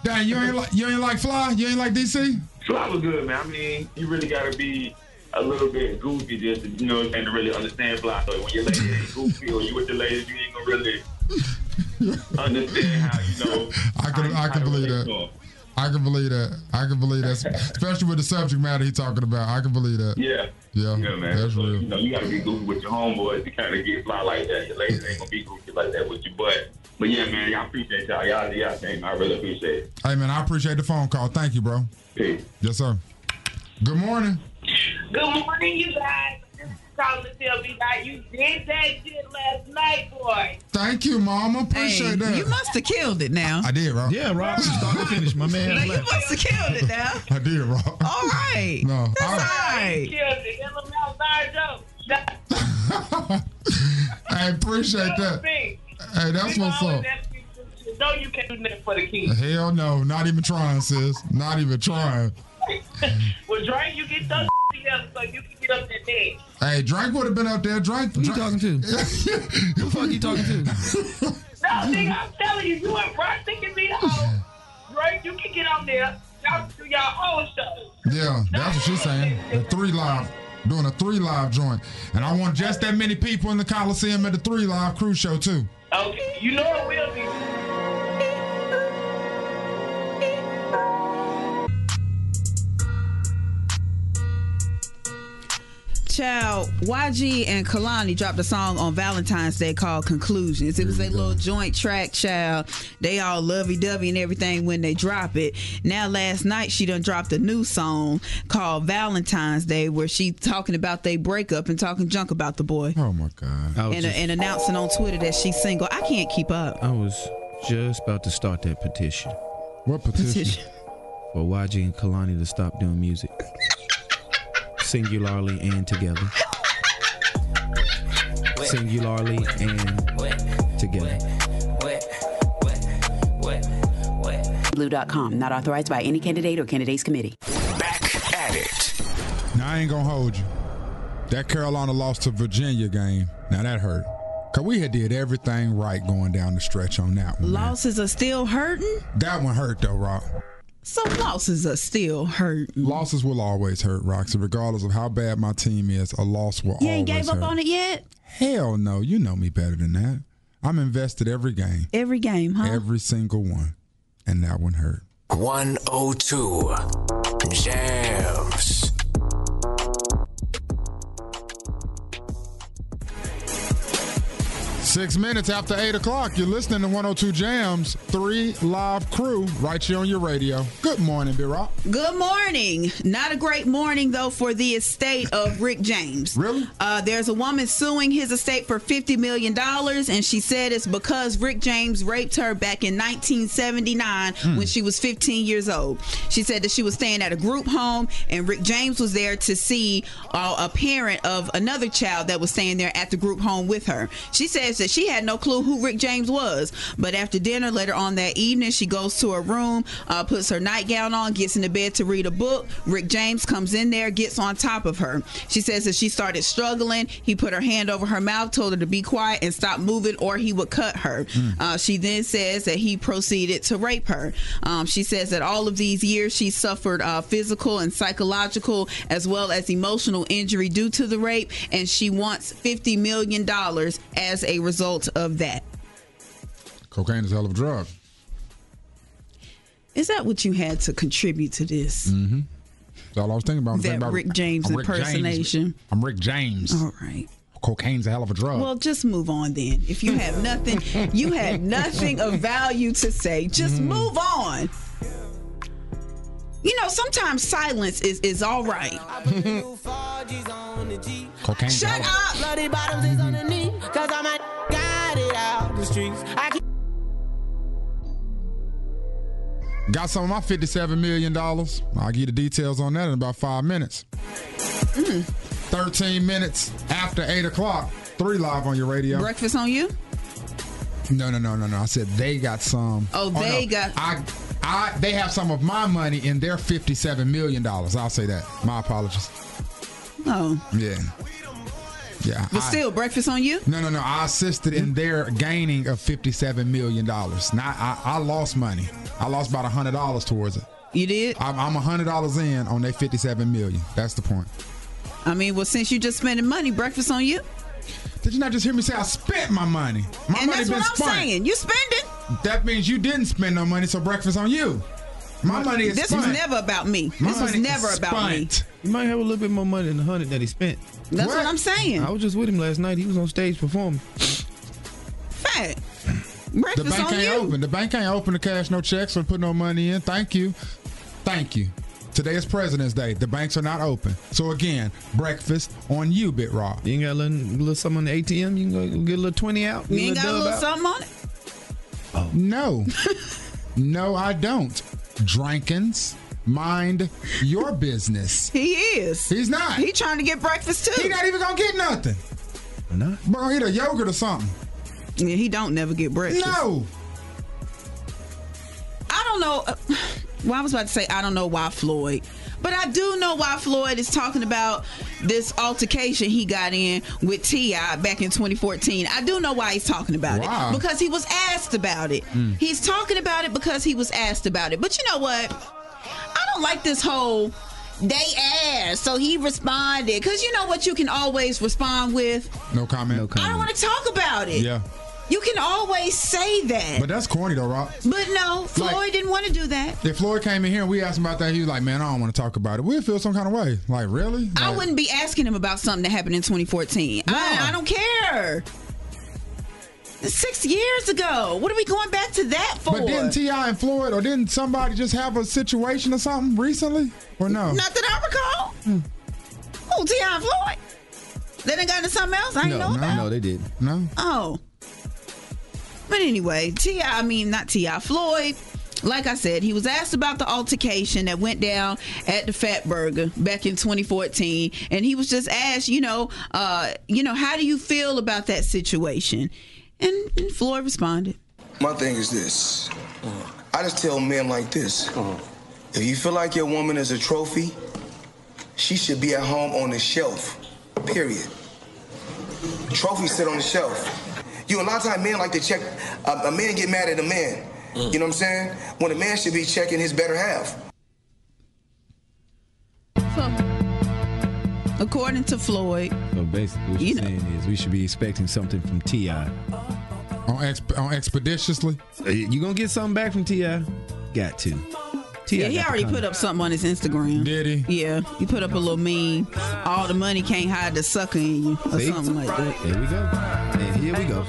S1: Dang, you ain't like you ain't like Fly. You ain't like DC.
S6: Fly was good, man. I mean, you really gotta be a little bit goofy just to, you know, what I'm saying, to really understand Fly. So when your lady ain't goofy or you with the ladies, you ain't gonna really understand how you know.
S1: I can I can believe that. I can believe that. I can believe that, especially with the subject matter he talking about. I can believe that.
S6: Yeah.
S1: Yeah,
S6: man.
S1: that's
S6: So,
S1: real.
S6: You know, you gotta be goofy with your homeboys to kind of get fly like that. Your ladies ain't gonna be goofy like that with you, but but yeah, man, I appreciate y'all. Y'all, y'all, thing. I really appreciate it.
S1: Hey man, I appreciate the phone call. Thank you, bro.
S6: Peace.
S1: Yes, sir. Good morning.
S19: Good morning, you guys. This is Calling to tell me that you did that shit last night, boy.
S1: Thank you, Mama. Appreciate
S3: Hey,
S1: that.
S3: you must have killed it now.
S1: I did, Rob.
S9: Yeah, Rob, from start to finish, my man.
S3: Now, you must have killed it now.
S1: I did, Rob. All
S3: right.
S1: No.
S3: That's
S1: I-
S3: Hey.
S19: Killed it. That was outside joke. That-
S1: I appreciate that.
S19: Hey,
S1: Hey, that's what's up.
S19: No, you can't do nothing for the kids.
S1: Hell no, not even trying, sis. Not even trying.
S19: well, Dre, you get those together so you can get up that bed.
S1: Hey, Drake would have been out there. Drake. Who you talking to? Who fuck you talking
S19: No,
S1: to?
S19: nigga, I'm telling you, you and Brock thinking me the hoe. Dre, you can get on there. Y'all do y'all own show.
S1: Yeah, that's what she's saying. The three live. doing a three live joint, and I want just that many people in the Coliseum at the three live cruise show too.
S19: Okay, you know it will be.
S3: Child, YG and Kalani dropped a song on Valentine's Day called Conclusions. It was a little joint track, child. They all lovey dovey and everything when they drop it. Now, last night, she done dropped a new song called Valentine's Day where she talking about they breakup and talking junk about the boy.
S1: Oh, my God.
S10: I was
S3: And,
S10: just-
S3: and announcing on Twitter that she's single. I can't keep up.
S10: I was just about to start that petition.
S1: What
S3: petition?
S10: For YG and Kalani to stop doing music, singularly and together. Singularly and together.
S20: Blue.com, not authorized by any candidate or candidates committee.
S2: Back at it.
S1: Now I ain't gonna hold you. That Carolina lost to Virginia game. Now that hurt. Cause we had did everything right going down the stretch on that one.
S3: Losses are still hurting.
S1: That one hurt though, Rock.
S3: So losses are still hurt.
S1: Losses will always hurt, Roxy. Regardless of how bad my team is, a loss will
S3: You
S1: always
S3: ain't gave up
S1: hurt.
S3: on it yet?
S1: Hell no, you know me better than that. I'm invested every game.
S3: Every game, huh?
S1: Every single one. And that one hurt.
S2: 102 Jams.
S1: Six minutes after eight o'clock, you're listening to 102 Jams, three live crew right here on your radio. Good morning, B Rock.
S3: Good morning. Not a great morning though for the estate of Rick James. Really? Uh, there's a woman suing his estate for fifty million dollars, and she said it's because Rick James raped her back in 1979 when she was 15 years old. She said that she was staying at a group home, and Rick James was there to see uh, a parent of another child that was staying there at the group home with her. She says that she had no clue who Rick James was, but after dinner later on that evening, she goes to her room, uh, puts her nightgown on, gets in the bed to read a book. Rick James comes in there, gets on top of her. She says that she started struggling. He put her hand over her mouth, told her to be quiet and stop moving, or he would cut her.
S21: Mm.
S3: Uh, she then says that he proceeded to rape her. Um, she says that all of these years she suffered uh, physical and psychological as well as emotional injury due to the rape, and she wants $50 million as a result of that.
S1: Cocaine is a hell of a drug.
S3: Is that what you had to contribute to this?
S1: Mm-hmm. That's all I was thinking about. I was
S3: That
S1: thinking about
S3: Rick James
S1: I'm Rick
S3: impersonation.
S1: I'm Rick James. All
S3: right.
S1: Cocaine's a hell of a drug.
S3: Well, just move on then. If you have nothing, you had nothing of value to say. Just
S1: Mm.
S3: move on. You know, sometimes silence is is all right.
S1: Cocaine.
S3: Shut up.
S16: Bloody bottoms is underneath, cause I might got it out the streets. I keep
S1: Got some of my $57 million. I'll give you the details on that in about five minutes.
S3: Mm.
S1: 13 minutes after 8 o'clock, 3 live on your radio.
S3: Breakfast on you?
S1: No, no, no, no, no. I said they got some.
S3: Oh, they
S1: no.
S3: got-
S1: I, I, they have some of my money in their $57 million. I'll say that. My apologies.
S3: Oh,
S1: Yeah. Yeah.
S3: but
S1: I-
S3: still, breakfast on you?
S1: No, no, no. I assisted in their gaining of $57 million. Now, I, I lost money. I lost about $100 towards it.
S3: You did?
S1: I'm, I'm $100 in on their $57 million. That's the point.
S3: I mean, well, since you just spending money, breakfast on you?
S1: Did you not just hear me say I spent my money? My money
S3: and that's
S1: been
S3: what I'm
S1: spent.
S3: saying. You spending?
S1: That means you didn't spend no money, so breakfast on you. My money is
S3: This
S1: spent.
S3: was never about me.
S1: My
S3: this was
S1: money is
S3: never about me.
S1: spent.
S10: You might have a little bit more money than the hundred that he spent.
S3: That's what What? I'm saying.
S10: I was just with him last night. He was on stage performing.
S3: Fact.
S1: The
S3: Breakfast
S1: bank
S3: on
S1: ain't
S3: you.
S1: open. The bank ain't open to cash no checks or put no money in. Thank you. Thank you. Today is President's Day. The banks are not open. So again, breakfast on you, Bit Rob.
S10: You ain't got a little, little something on the ATM. You can go get a little twenty out.
S3: You ain't got a
S10: dub
S3: little
S10: out.
S3: something on it?
S1: No. no, I don't. Drankins, mind your business.
S3: He is.
S1: He's not.
S3: He trying to get breakfast too.
S1: He not even gonna get nothing.
S10: No.
S1: But gonna eat a yogurt or something.
S3: Yeah, he don't never get breakfast.
S1: No.
S3: I don't know. uh, Well, I was about to say I don't know why Floyd, but I do know why Floyd is talking about this altercation he got in with Ti back in 2014. I do know why he's talking about
S21: Why?
S3: it because he was asked about it.
S1: Hmm.
S21: Mm.
S3: He's talking about it because he was asked about it. But you know what? I don't like this whole They asked, so he responded. Cause you know what you can always respond with.
S1: No comment. No
S3: I don't want to talk about it.
S1: Hmm. Yeah.
S3: You can always say that.
S1: But that's corny though, Rock.
S3: But no, Floyd didn't want to do that.
S1: If Floyd came in here and we asked him about that, he was like, "Man, I don't want to talk about it." We'd feel some kind of way. Like, really?
S3: I wouldn't be asking him about something that happened in 2014. I, I don't care. Six years ago. What are we going back to that for?
S1: But didn't Ti and Floyd, or didn't somebody just have a situation or something recently, or no?
S3: Not that I recall. Oh, Deion Floyd. They done got into something else I ain't know about.
S9: no, they did.
S1: No.
S3: Oh. But anyway, T.I., I mean, not T.I., Floyd, like I said, he was asked about the altercation that went down at the Fat Burger back in 2014. And he was just asked, you know, uh, you know, how do you feel about that situation? And, and Floyd responded.
S21: My thing is this. I just tell men like this. If you feel like your woman is a trophy, she should be at home on the shelf. Period. Trophies sit on the shelf. You a lot of time men like to check a, a man get mad at a man. You know what I'm saying? When a man should be checking his better half.
S3: According to Floyd,
S4: So basically, what
S3: You
S4: you're
S3: know.
S4: saying is we should be expecting something from Ti.
S1: On, exp- on expeditiously,
S4: you gonna get something back from Ti? Got to. T.I.
S3: yeah, he
S4: got the
S3: already put
S4: comment.
S3: up something on his Instagram.
S1: Did he?
S3: Yeah, he put up a little meme. All the money can't hide the sucker in you, or
S4: See?
S3: something like that.
S4: There we go. And here we go.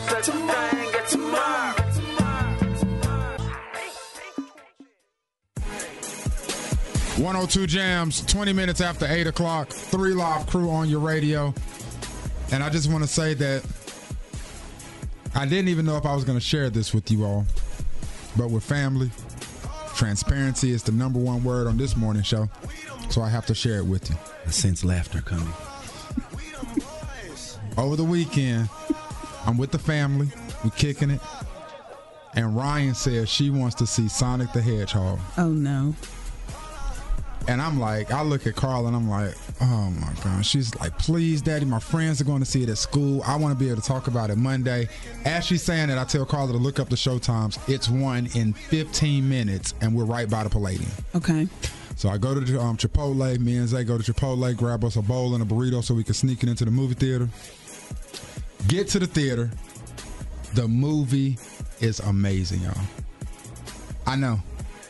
S1: one hundred two jams, twenty minutes after eight o'clock. Three live crew on your radio, and I just want to say that I didn't even know if I was going to share this with you all, but with family, transparency is the number one word on this morning show, so I have to share it with you.
S4: I sense laughter coming.
S1: Over the weekend, I'm with the family, we kicking it, and Ryan says she wants to see Sonic the Hedgehog.
S3: Oh no.
S1: And I'm like, I look at Carl and I'm like, oh my God. She's like, please, Daddy, my friends are going to see it at school. I want to be able to talk about it Monday. As she's saying it, I tell Carla to look up the show times. It's one in 15 minutes, and we're right by the Palladium.
S3: Okay.
S1: So I go to um, Chipotle. Me and Zay go to Chipotle, grab us a bowl and a burrito so we can sneak it into the movie theater. Get to the theater. The movie is amazing, y'all. I know.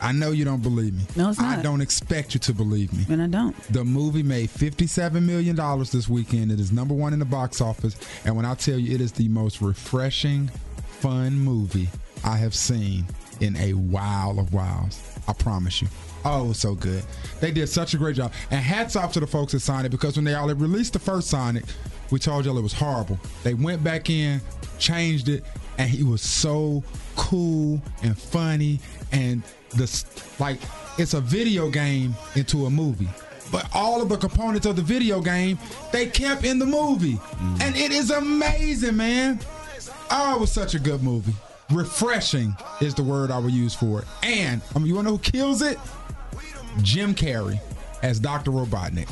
S1: I know you don't believe me.
S3: No, it's
S1: I
S3: not.
S1: don't expect you to believe me.
S3: And I don't.
S1: The movie made $57 million this weekend. It is number one in the box office. And when I tell you, it is the most refreshing, fun movie I have seen in a while of whiles. I promise you. Oh, it was so good. They did such a great job. And hats off to the folks at Sonic because when they all released the first Sonic, we told y'all it was horrible. They went back in, changed it, and he was so cool and funny. And the s- like, it's a video game into a movie but all of the components of the video game they kept in the movie and it is amazing man oh it was such a good movie refreshing is the word i would use for it and I mean, you want to know who kills it jim carrey as dr robotnik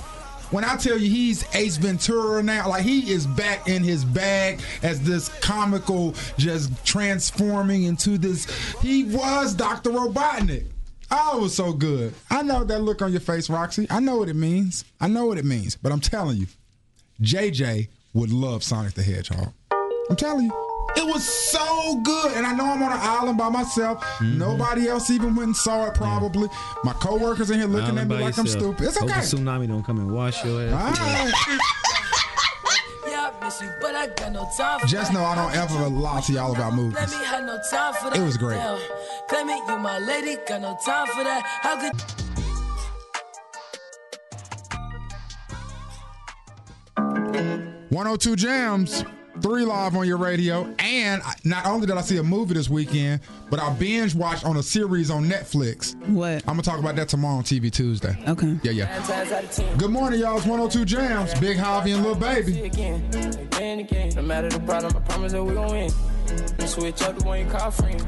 S1: when I tell you he's Ace Ventura now, like he is back in his bag as this comical, just transforming into this. He was Dr. Robotnik. Oh, it was so good. I know that look on your face, Roxy. I know what it means. I know what it means. But I'm telling you, JJ would love Sonic the Hedgehog. I'm telling you. It was so good. Mm-hmm. And I know I'm on an island by myself. Nobody else even went and saw it, probably. My coworkers in here looking
S4: Island
S1: at me
S4: by
S1: like I'm
S4: yourself.
S1: stupid. It's
S4: Hope
S1: okay.
S4: the tsunami don't come and wash your ass.
S1: All right.
S5: Yeah, I miss you, but I got no time for
S1: Just
S5: that.
S1: know I don't ever lie to y'all about
S5: Let
S1: movies.
S5: me have no time for that.
S1: It was great.
S5: Damn. Claim it, you my lady, got no time for that. How could
S1: One hundred two jams. Three live on your radio, and I- not only did I see a movie this weekend, but I binge watched on a series on Netflix.
S3: What? I'm
S1: gonna talk about that tomorrow on TV Tuesday.
S3: Okay.
S1: Yeah, yeah. Good morning, y'all. It's 102 Jams. Big Javi and Lil Baby.
S22: Again, again, again. No matter the problem, I promise that we gon' win. We switch up the one you call friends.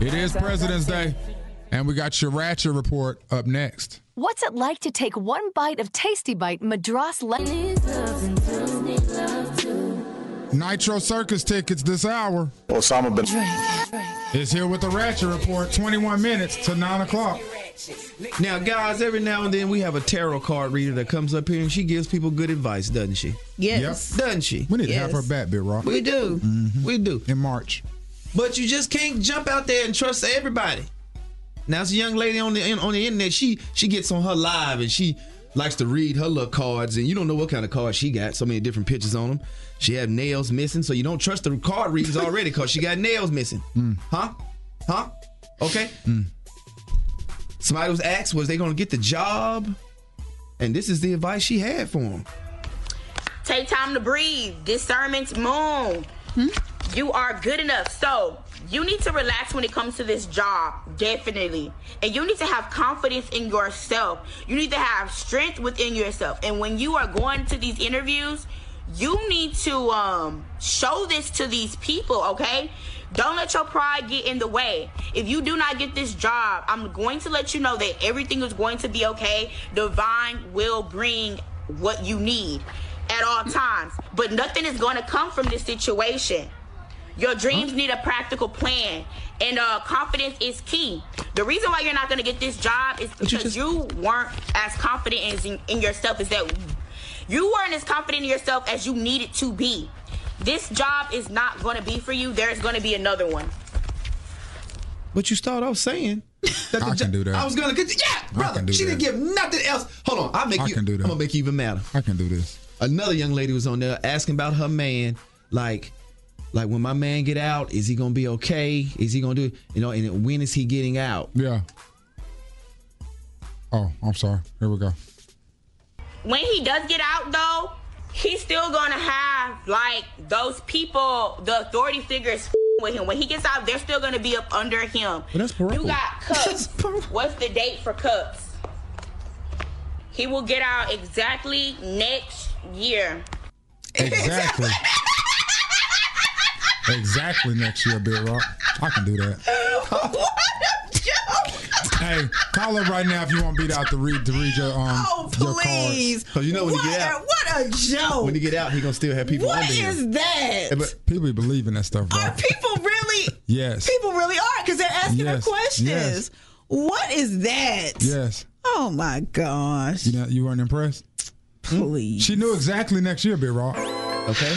S1: It is President's Day, and we got your ratchet report up next.
S23: What's it like to take one bite of Tasty Bite Madras Lemon?
S1: Nitro Circus tickets this hour. Osama bin It's here with the ratchet report. 21 minutes to 9 o'clock.
S4: Now, guys, every now and then we have a tarot card reader that comes up here and she gives people good advice, doesn't she?
S3: Yes.
S4: Yep. Doesn't she?
S1: We Mm-hmm. need to have her back, Big Rock.
S4: We do. We do.
S1: In March.
S4: But you just can't jump out there and trust everybody. Now, this young lady on the on the internet, she she gets on her live and she likes to read her little cards, and you don't know what kind of cards she got. So many different pictures on them. She have nails missing, so you don't trust the card readers already because she got nails missing. Huh? Huh? Okay. Somebody was asked, was they gonna get the job? And this is the advice she had for him.
S8: Take time to breathe. Discernment's moon. You are good enough. So you need to relax when it comes to this job, definitely. And you need to have confidence in yourself. You need to have strength within yourself. And when you are going to these interviews, you need to um show this to these people, okay? Don't let your pride get in the way. If you do not get this job, I'm going to let you know that everything is going to be okay. Divine will bring what you need at all times. But nothing is going to come from this situation. Your dreams need a practical plan, and uh, confidence is key. The reason why you're not going to get this job is because you, weren't as confident as in, in yourself as that you weren't as confident in yourself as you needed to be. This job is not going to be for you. There's going to be another one.
S4: But you start off saying that the
S1: I can do that.
S4: I was gonna get yeah, brother.
S1: can do
S4: she
S1: that.
S4: didn't give nothing else. Hold on, I'll make
S1: I
S4: you.
S1: can do that.
S4: I'm gonna make you even madder.
S1: I can do this.
S4: Another young lady was on there asking about her man, like, like when my man get out, is he gonna be okay? Is he gonna do you know? And when is he getting out?
S1: Yeah. Oh, I'm sorry. Here we go.
S8: when he does get out though he's still gonna have like those people the authority figures f- with him when he gets out they're still gonna be up under him
S4: that's
S8: you got cups what's the date for cups he will get out exactly next year
S1: Exactly. exactly next year, Big Rock. I can do that. Hey, call up right now if you want to beat out to read to read your um
S3: Oh,
S1: your cards.
S3: please. what A, what a joke.
S1: he get out, he gonna still have people
S3: What under him. is that?
S1: people believe in that stuff, bro.
S3: people really,
S1: yes,
S3: people really are because they're asking her
S1: Yes.
S3: questions.
S1: Yes.
S3: What is that?
S1: yes.
S3: Oh my gosh!
S1: You know, you weren't impressed.
S3: Please.
S1: She knew exactly next year, Big Rock. Okay.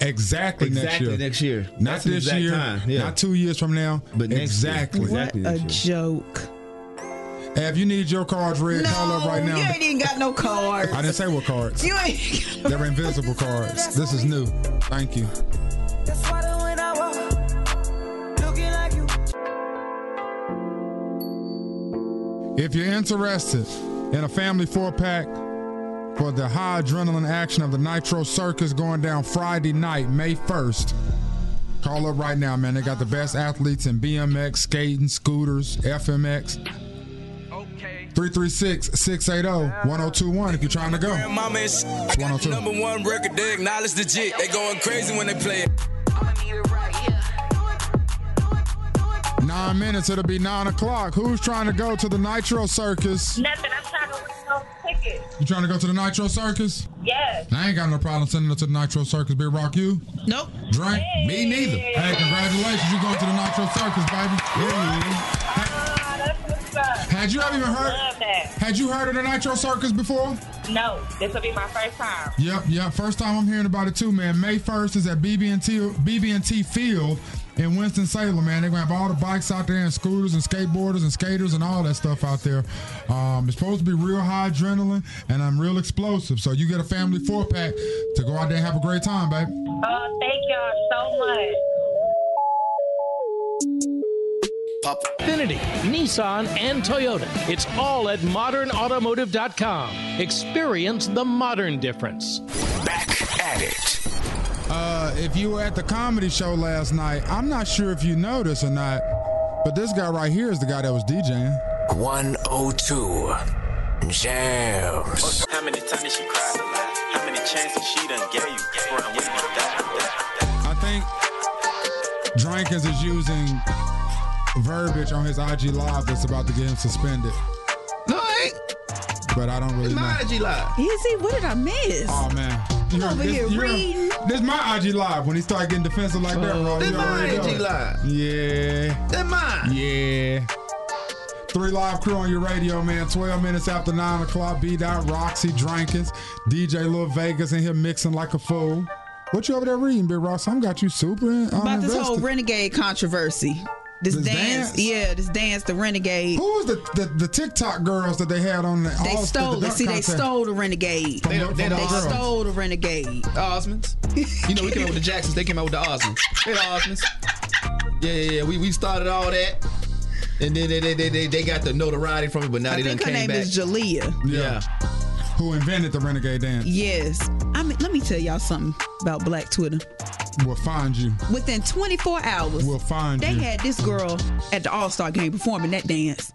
S1: Exactly, next
S4: Exactly
S1: year.
S4: next year.
S1: Not
S4: That's the
S1: this
S4: exact
S1: year.
S4: time, yeah.
S1: Not two years from now. But
S4: next year.
S1: exactly.
S4: Exactly What next
S3: joke.
S1: Hey, if you need your cards read, call up right now.
S3: You ain't even got no cards.
S1: I didn't say what cards.
S3: You ain't.
S1: They're invisible cards. This is new. Thank you.
S16: That's why the when I walk, looking like you.
S1: If you're interested in a family four pack for the high adrenaline action of the Nitro Circus going down Friday night, May 1st, call up right now, man. They got the best athletes in BMX, skating, scooters, FMX. 336 680 1021 if you're trying to go.
S11: Grandmama and sh- I got
S1: It's
S11: the
S1: 102.
S11: number one record. They acknowledge the jit. They going crazy when they play it.
S1: Nine minutes, it'll be nine o'clock. Who's trying to go to the Nitro Circus?
S19: Nothing. I'm trying to win those tickets.
S1: You trying to go to the Nitro Circus?
S19: Yes.
S1: I ain't got no problem sending it to the Nitro Circus, Big Rock. You?
S3: Nope.
S1: Drink? Me neither. Hey, congratulations. You going to the Nitro Circus, baby.
S19: Ah,
S1: Had you ever even heard?
S19: Love that.
S1: Had you heard of the Nitro Circus before?
S19: No, this will be my first time.
S1: Yep, yep. First time I'm hearing about it too, man. May 1st is at BB&T, BB&T Field in Winston-Salem, man. They're going to have all the bikes out there and scooters and skateboarders and skaters and all that stuff out there. Um, it's supposed to be real high adrenaline and I'm real explosive. So you get a family four-pack to go out there and have a great time, baby.
S19: Oh, thank y'all so much.
S24: Infinity, Nissan, and Toyota. It's all at modernautomotive.com. Experience the modern difference.
S2: Back at it.
S1: Uh, if you were at the comedy show last night, I'm not sure if you know this or not, but this guy right here is the guy that was DJing.
S2: 102 Jams.
S25: How many times she cried a lot? How many chances she done gave you? Front with me, that,
S1: I think Drankins is using verbiage on his IG live that's about to get him suspended.
S4: No, I ain't.
S1: But I don't really know.
S4: My IG live.
S3: Is he? What did I miss?
S1: Oh man.
S3: I'm
S1: You're-
S3: over
S1: this-
S3: here
S1: you're-
S3: reading.
S1: This my IG live when he started getting defensive like that, bro.
S4: This
S1: you
S4: my
S1: already know
S4: IG
S1: it.
S4: live.
S1: Yeah.
S4: That mine.
S1: Yeah. Three Live Crew on your radio, man. 12 minutes after 9 o'clock. B. Dot Roxy Drankins. DJ Lil Vegas in here mixing like a fool. What you over there reading, Big Ross? Some got you super. in- uh,
S3: About this whole
S1: invested.
S3: renegade controversy. This,
S1: This
S3: dance,
S1: dance?
S3: yeah, this dance, the renegade.
S1: Who was the, the the TikTok girls that they had on the
S3: They
S1: all-
S3: stole
S1: the
S3: it.
S1: dunk
S3: See, they
S1: contest?
S3: stole the renegade.
S1: From the-
S3: they
S1: from the girls.
S3: stole the renegade.
S4: Osmonds. You know, we came up with the Jacksons. They came out with the Osmonds. Hey, the Osmonds. Yeah, yeah, yeah. We, we started all that. And then they, they, they, they, they got the notoriety from it, but now
S3: I
S4: they done
S3: think her
S4: came
S3: name
S4: back.
S3: is Jalea.
S4: yeah.
S1: Who invented the renegade dance?
S3: Yes. I mean, let me tell y'all something about Black Twitter.
S1: We'll find you.
S3: Within 24 hours,
S1: We'll find
S3: they
S1: you.
S3: had this girl at the All Star game performing that dance.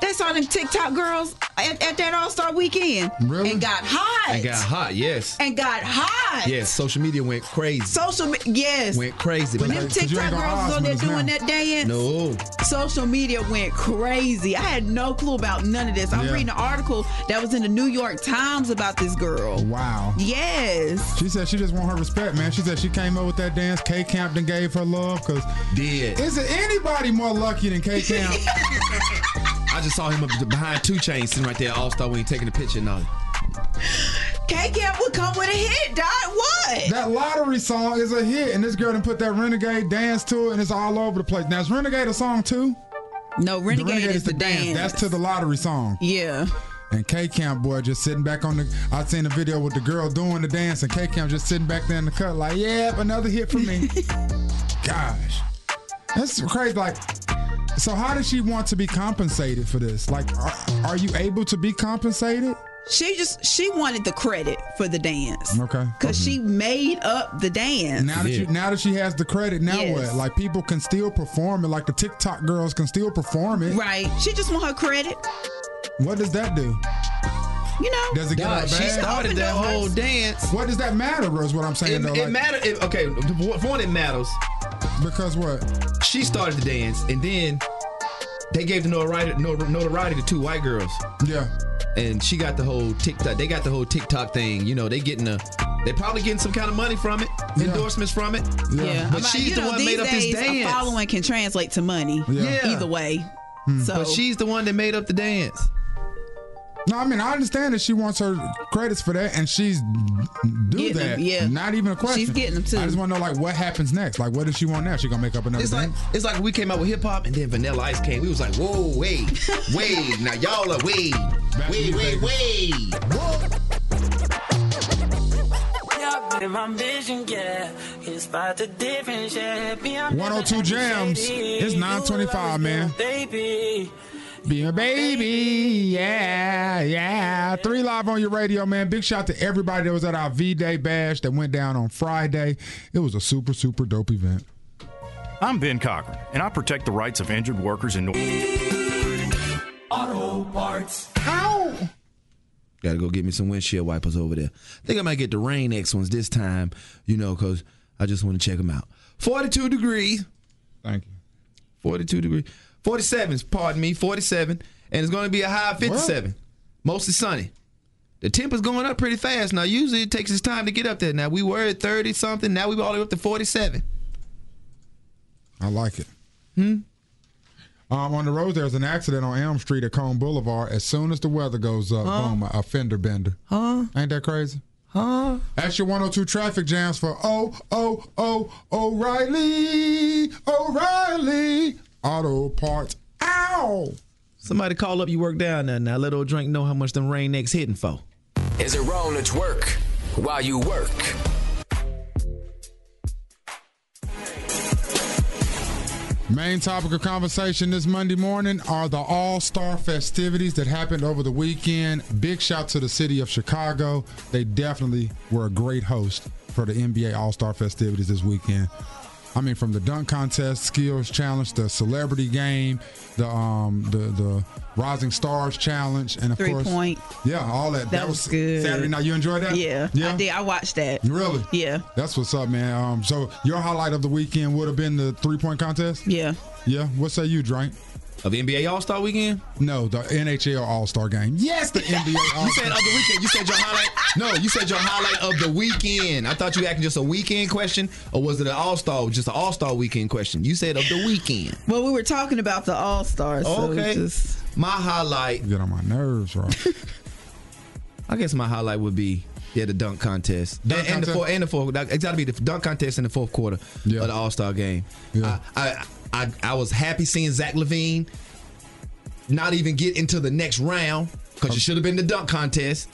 S3: They saw them TikTok girls at, at that All Star weekend and got hot.
S4: And got hot, yes.
S3: And got hot.
S4: Yes, social media went crazy.
S3: Social media, yes.
S4: Went crazy.
S3: When
S4: But
S3: them
S4: like, 'cause you
S3: TikTok
S4: ain't
S3: girls
S4: got
S3: was on there
S4: Osmonds
S3: doing
S4: now.
S3: that dance,
S4: No.
S3: social media went crazy. I had no clue about none of this. I'm
S1: Yeah.
S3: reading an article that was in the New York Times about this girl.
S1: Wow.
S3: Yes.
S1: She said she just want her respect, man. She said she came up with that dance. K Campton gave her love because
S4: Did.
S1: is there anybody more lucky than K Camp?
S4: I just saw him up behind two chains sitting right there, All Star, when he taking a picture and all that.
S3: K Camp would come with a hit, Dot. What?
S1: That lottery song is a hit, and this girl done put that renegade dance to it, and it's all over the place. Now is renegade a song too?
S3: No, renegade,
S1: the renegade
S3: is the dance.
S1: That's to the lottery song.
S3: Yeah.
S1: And K Camp boy just sitting back on the. I seen a video with the girl doing the dance, and K Camp just sitting back there in the cut, like, yep, another hit for me. Gosh, that's crazy. Like, so how does she want to be compensated for this? Like, are, are you able to be compensated?
S3: She just she wanted the credit for the dance
S1: Okay.
S3: because she made up the dance.
S1: Now that you, now that she has the credit, now
S3: Yes.
S1: what? Like people can still perform it. Like the TikTok girls can still perform it.
S3: right, she just want her credit.
S1: What does that do?
S3: You know,
S1: Does it get
S4: Nah,
S1: her
S4: she
S1: bad?
S4: started that whole dance.
S1: What does that matter, Rose? What I'm saying
S4: It,
S1: though,
S4: it
S1: like,
S4: matter. It, okay, the one it matters.
S1: Because what?
S4: She started the dance, and then they gave the notoriety, nor- notoriety to two white girls.
S1: Yeah.
S4: And she got the whole TikTok. They got the whole TikTok thing. You know, they getting a. They probably getting some kind of money from it, endorsements from it.
S3: Yeah,
S4: But
S3: I'm like,
S4: she's
S3: you
S4: the
S3: know,
S4: one
S3: these
S4: made up
S3: days,
S4: this dance.
S3: A following can translate to money.
S4: Yeah.
S3: either way. So
S4: But she's the one that made up the dance.
S1: No, I mean I understand that she wants her credits for that, and she's do
S4: Getting
S1: that.
S4: them, yeah.
S1: Not even a question.
S4: She's getting them, too.
S1: I just want to know like what happens next. Like what does she want now? She gonna make up another
S4: It's like
S1: thing?
S4: it's like we came out with hip hop and then Vanilla Ice came. We was like, whoa, wait, wait, now y'all are wait, wait, wait, wait.
S12: Yeah, with my vision, yeah. It's about the difference, yeah. Be a
S1: 102 jams. It's 925, man.
S12: Baby.
S1: Be a baby, yeah, yeah. Three live on your radio, man. Big shout to everybody that was at our V Day bash that went down on Friday. It was a super super dope event.
S14: I'm Ben Cochran, and I protect the rights of injured workers in
S12: Auto parts.
S1: Ow!
S4: Gotta go get me some windshield wipers over there. Think I might get the Rain X ones this time, you know, because I just want to check them out. 42 degrees.
S1: Thank you.
S4: 42 degrees. 47s, pardon me, 47. And it's gonna be a high of 57. Mostly sunny. The temp is going up pretty fast. Now, usually it takes its time to get up there. Now, we were at 30 something. Now, we all the way up to 47.
S1: I like it. Hmm. Um, on the road, there's an accident on Elm Street at Cone Boulevard. As soon as the weather goes up,
S4: Huh?
S1: boom, a fender bender.
S4: Huh?
S1: Ain't that crazy?
S4: Huh?
S1: That's your 102 traffic jams for oh, oh, oh, O'Reilly, O'Reilly Auto Parts. Ow!
S4: Somebody call up, you work down there. Now, let old drink know how much them Rain X hitting for.
S2: Is it wrong to twerk while you work?
S1: Main topic of conversation this Monday morning are the All Star festivities that happened over the weekend. Big shout to the city of Chicago. They definitely were a great host for the NBA All Star festivities this weekend. I mean, from the dunk contest, skills challenge, the celebrity game, the um, the the rising stars challenge, and of
S3: Three
S1: course,
S3: point.
S1: Yeah, all that. That, was, good. Saturday night. You enjoyed that?
S3: Yeah,
S1: yeah.
S3: I did. I watched that.
S1: Really?
S3: Yeah.
S1: That's what's up, man. Um, so your highlight of the weekend would have been the three point contest.
S3: Yeah.
S1: Yeah. What say you, Drake?
S26: Of NBA All Star Weekend?
S1: No, the NHL All Star Game. Yes, the NBA All Star.
S26: You said of the weekend. You said your highlight. No, you said your highlight of the weekend. I thought you were asking just a weekend question, or was it an All Star? Just an All Star Weekend question. You said of the weekend.
S3: Well, we were talking about the All Stars.
S26: okay. My highlight.
S1: Get on my nerves, bro.
S26: I guess my highlight would be yeah the dunk contest.
S1: Dunk
S26: and, and the
S1: contest?
S26: four, and the four. It's got to be the dunk contest in the fourth quarter of the All Star game. I, I I I was happy seeing Zach Levine not even get into the next round because it should have been the dunk contest.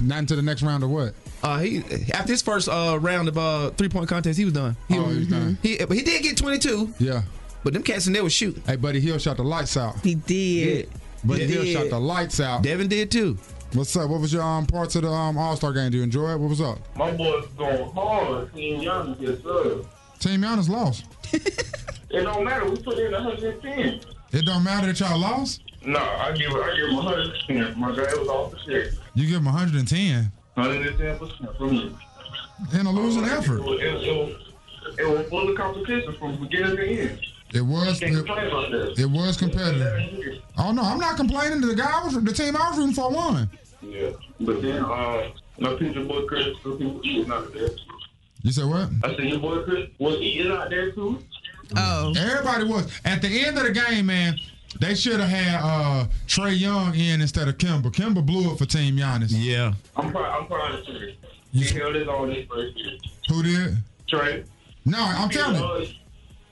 S1: Not into the next round of what?
S26: Uh, he after his first uh, round of uh, three point contest, he was done.
S4: Mm-hmm.
S26: He,
S1: Oh, he was done.
S26: He, but he did get twenty two.
S1: Yeah.
S26: But them cats in there was shooting.
S1: Hey, Buddy Hill shot the lights out.
S3: He did.
S1: Buddy
S26: He
S1: Hill
S26: did.
S1: shot the lights out.
S26: Devin did too.
S1: What's up? What was your um, parts of the um, All Star game? Do you enjoy it? What was up?
S13: My boys going hard. Team Young, yes sir.
S1: Team Giannis lost.
S13: It don't matter. We put in 110.
S1: It don't matter that y'all lost.
S13: No, I give I give him 110. My guy was off the shit.
S1: You give them 110
S13: 110 percent from me.
S1: in a losing
S13: It
S1: effort.
S13: was, it, was, it, was, it was full of competition from beginning to end.
S1: It was.
S13: Can't
S1: It,
S13: complain about that.
S1: it was competitive. Oh no, I'm not complaining. The guy, I was, the team I was rooting for won.
S13: Yeah, but then uh, my picture boy Chris, some people eating out there.
S1: You said what?
S13: I said your boy Chris was eating out there too.
S3: Oh.
S1: Everybody was. At the end of the game, man, they should have had uh, Trey Young in instead of Kimba. Kimba blew it for Team Giannis.
S26: Yeah.
S13: I'm proud. I'm proud of Chris. He held his own this first year.
S1: Who did?
S13: Trey.
S1: No, I'm
S13: He uh,
S1: telling you.
S13: was-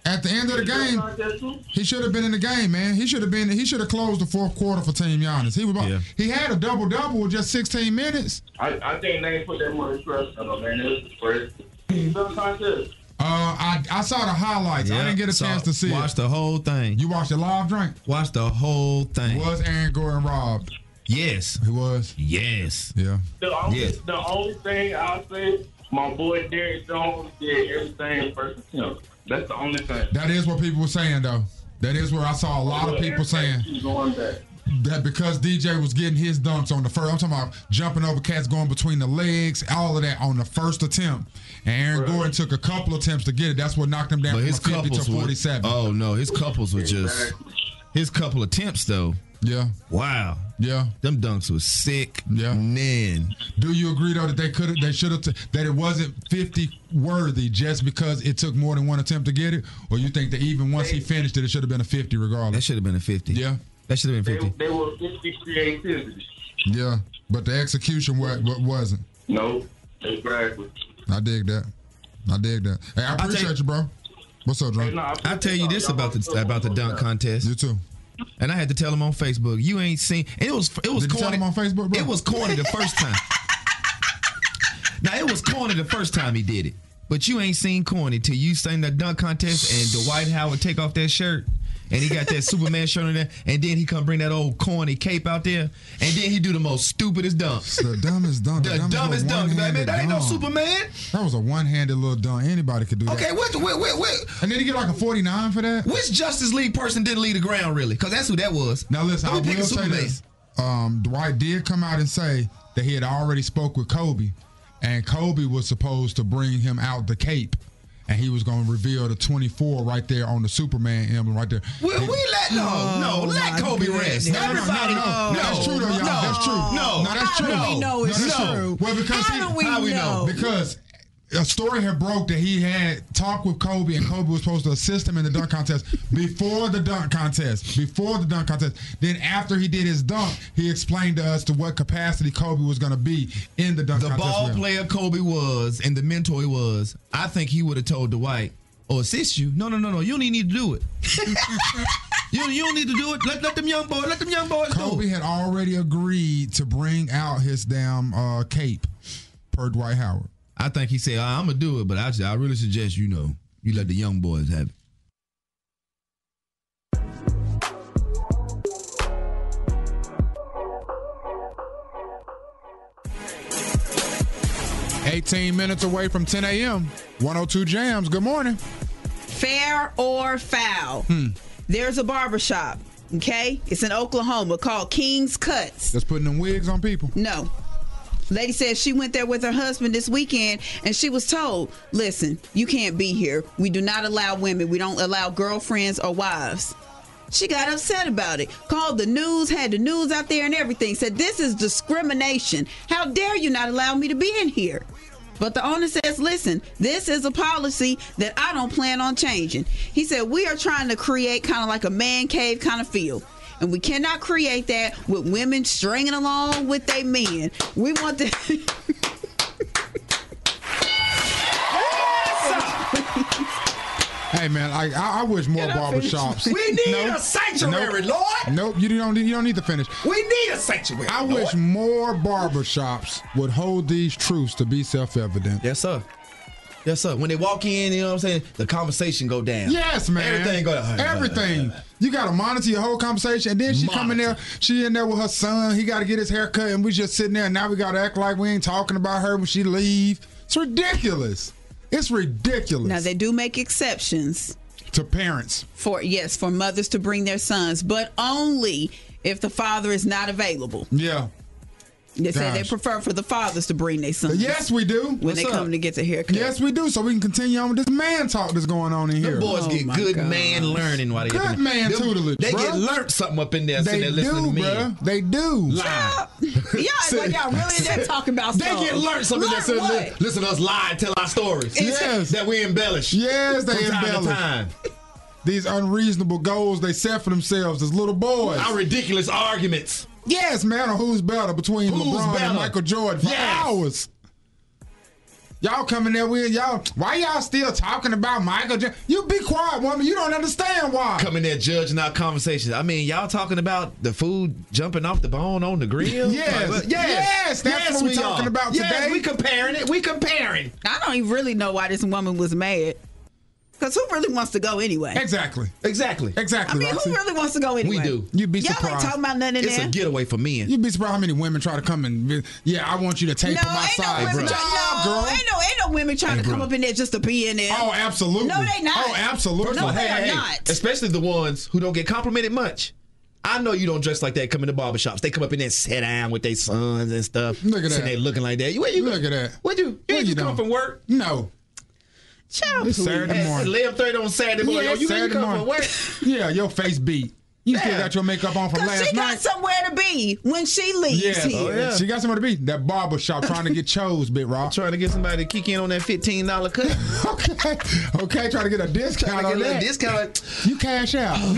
S1: At the end of the game, he should have been in the game, man. He should have been. He should have closed the fourth quarter for Team Giannis. He was. about- He had a double double with just 16 minutes.
S13: I, I think they put that much trust on him, man. It was the first. He's done contest.
S1: Uh, I I saw the highlights. I
S26: Yeah,
S1: didn't get a
S26: so
S1: chance to see
S26: Watch
S1: it.
S26: the whole thing.
S1: You watched it live, drink.
S26: Watch the whole thing.
S1: Was Aaron Gordon robbed?
S26: Yes.
S1: He was.
S26: Yes.
S1: Yeah.
S13: The only,
S26: Yes.
S13: the only thing I'll say, my boy Derrick Jones did everything first attempt. That's the only thing.
S1: That is what people were saying though. That is where I saw a lot of people saying
S13: Keep going back.
S1: that because DJ was getting his dunks on the first. I'm talking about jumping over cats, going between the legs, all of that on the first attempt. And Aaron Gordon took a couple attempts to get it. That's what knocked him down
S4: But
S1: from
S4: his
S1: a 50 to
S4: couples were.
S1: 47.
S4: Oh no, his couples were just. His couple attempts though.
S1: Yeah.
S4: Wow.
S1: Yeah.
S4: Them dunks was sick.
S1: Yeah.
S4: Man.
S1: Do you agree though that they could have, they should have, t- that it wasn't 50 worthy just because it took more than one attempt to get it, or you think that even once he finished it, it should have been a 50 regardless? That
S4: should have been a 50.
S1: Yeah.
S4: That should have
S13: They, they were 50 creativity.
S1: Yeah, but the execution what what wasn't.
S13: No, exactly.
S1: I dig that. I dig that. Hey, I appreciate you, bro. What's up, Drake?
S4: I'll tell you this about the about the dunk contest. You
S1: too.
S4: And I had to tell him on Facebook. You ain't seen. It was it was
S1: Did you tell
S4: corny
S1: him on Facebook, bro?
S4: It was corny the first time. now it was corny the first time he did it, but you ain't seen corny till you seen the dunk contest and Dwight Howard take off that shirt. And he got that Superman shirt on there, and then he come bring that old corny cape out there, and then he do the most stupidest dunk.
S1: The dumbest dunk.
S4: The
S1: little
S4: dumbest dunk. Like, man,
S1: one-handed
S4: that ain't no
S1: dunk.
S4: Superman.
S1: That was a one-handed little dunk. Anybody could do that.
S4: Okay, what? Wait, wait, wait.
S1: And then he get like a 49 for that.
S4: Which Justice League person didn't leave the ground really? Because that's who that was.
S1: Now listen,
S4: Let me
S1: I
S4: pick a
S1: will say
S4: Superman.
S1: this. Um, Dwight did come out and say that he had already spoke with Kobe, and Kobe was supposed to bring him out the cape, and he was going to reveal the 24 right there on the Superman emblem right there.
S4: We, we let no, no, let Kobe rest.
S1: No, no, no,
S4: Everybody,
S1: no, no, that's true though, y'all.
S4: No,
S1: that's true.
S4: No,
S1: no, that's true.
S4: No,
S1: No, that's true. Well, because he- Because a story had broke that he had talked with Kobe, and Kobe was supposed to assist him in the dunk contest before the dunk contest. Before the dunk contest, then after he did his dunk, he explained to us to what capacity Kobe was going to be in the dunk
S4: the
S1: contest.
S4: ball
S1: with him.
S4: player Kobe was and the mentor he was. I think he would have told Dwight or assist you. No, no, no, no. You don't even need to do it. you, you don't need to do it. Let, let them young boys. Let them young boys do
S1: Kobe
S4: it.
S1: had already agreed to bring out his damn uh, cape per Dwight Howard.
S4: I think he said, "I'm gonna do it," but I, I really suggest you know you let the young boys have it.
S1: Eighteen minutes away from 10 a.m. 102 jams. Good morning.
S3: Fair or foul? There's a barbershop, okay? It's in Oklahoma called King's Cuts.
S1: That's putting them wigs on people.
S3: No. Lady said she went there with her husband this weekend and she was told, listen, you can't be here. We do not allow women. We don't allow girlfriends or wives. She got upset about it. Called the news, had the news out there and everything. Said, This is discrimination. How dare you not allow me to be in here? But the owner says, Listen, this is a policy that I don't plan on changing. He said, We are trying to create kind of like a man cave kind of feel. And we cannot create that with women stringing along with their men. We want to.
S1: Hey man, I I, I wish more
S3: Can I finish?
S1: barbershops.
S3: We need
S1: Nope.
S3: a sanctuary,
S1: nope.
S3: Lord.
S1: Nope, you don't need, you don't need to finish.
S3: We need a sanctuary,
S1: I
S3: Lord.
S1: wish more barbershops would hold these truths to be self-evident.
S4: Yes sir. Yes sir. When they walk in, you know what I'm saying? The conversation go down.
S1: Yes, man.
S4: Everything go down.
S1: Everything. You gotta monitor your whole conversation, and then she come in there. She in there with her son. He got to get his hair cut, and we just sitting there. And now we gotta act like we ain't talking about her when she leave. It's ridiculous. It's ridiculous.
S3: Now they do make exceptions
S1: to parents
S3: for yes for mothers to bring their sons, but only if the father is not available.
S1: Yeah.
S3: They say they
S1: Gosh.
S3: prefer for the fathers to bring their sons.
S1: Yes, we do.
S3: When they come to get their haircut.
S1: Yes, we do. So we can continue on with this man talk that's going on in here.
S4: Them boys get good man learning while they up in
S1: oh Good
S4: there.
S1: man
S4: Them-
S1: tutelage.
S4: They
S1: bruh.
S4: get learned something up in there. sitting
S1: They
S4: there
S1: do,
S4: listening to me.
S1: bruh. They do.
S4: Lie.
S3: Y'all, act like y'all really in there talking about
S4: They get learned something
S3: Learn
S4: that says,
S3: what?
S4: li- listen to us lie and tell our stories.
S1: Yes.
S4: That we embellish.
S1: Yes, they
S4: From time to
S1: embellish.
S4: time.
S1: These unreasonable goals they set for themselves as little boys.
S4: Our ridiculous arguments.
S1: Yes, man. Or who's better between
S4: Who's
S1: LeBron
S4: better?
S1: and Michael Jordan for hours? Y'all coming there with y'all? Why y'all still talking about Michael Jordan? You be quiet, woman. You don't understand why.
S4: Coming there judging our conversations. I mean, y'all talking about the food jumping off the bone on the grill?
S1: Yes.
S4: Like,
S1: Yes. That's what we're
S4: we
S1: talking
S4: are.
S1: about
S4: Yes,
S1: today.
S4: we comparing it. We comparing.
S3: I don't even really know why this woman was mad. Because who really wants to go anyway?
S1: Exactly.
S4: Exactly.
S3: I
S1: Exactly.
S3: mean,
S1: Roxy.
S3: who really wants to go anyway?
S1: do. You'd be
S3: Y'all ain't
S1: surprised.
S3: talking about nothing in there.
S4: getaway for men.
S1: You'd be surprised how many women try to come and be- yeah, I want you to tape
S3: No,
S1: on my
S3: ain't no
S1: side.
S3: women
S1: Good
S3: trying.
S1: job,
S3: No,
S1: girl.
S3: ain't no ain't no women trying
S1: Hey,
S3: to come
S1: bruh.
S3: up in there just to be in there.
S1: Oh, absolutely.
S3: No, they not.
S1: Oh, absolutely.
S3: No, they are not.
S4: Especially the ones who don't get complimented much. I know you don't dress like that coming to barbershops. They come up in there and sit down with their sons and stuff. Look
S1: at that.
S4: They looking like that. You, where you
S1: Look at that.
S4: What you? You ain't just come up from work.
S1: No.
S3: Child,
S1: It's Saturday
S4: Hey,
S1: morning.
S4: Eleven thirty on Saturday
S1: Yeah,
S4: morning. Yo, Oh, you ain't
S1: Saturday
S4: come
S1: morning.
S4: from work.
S1: yeah, your face beat. You still
S4: Yeah.
S1: got your makeup on from
S3: Because
S1: last
S3: she got
S1: night.
S3: somewhere to be when she leaves
S1: Yes.
S4: Oh,
S3: here.
S1: She got somewhere to be. That barber shop trying to get chose, bit rock.
S4: Trying to get somebody to kick in on that fifteen dollar cut.
S1: okay. Okay, trying to get a discount on
S4: Trying to get a little
S1: that.
S4: discount.
S1: You cash out.
S3: Oh.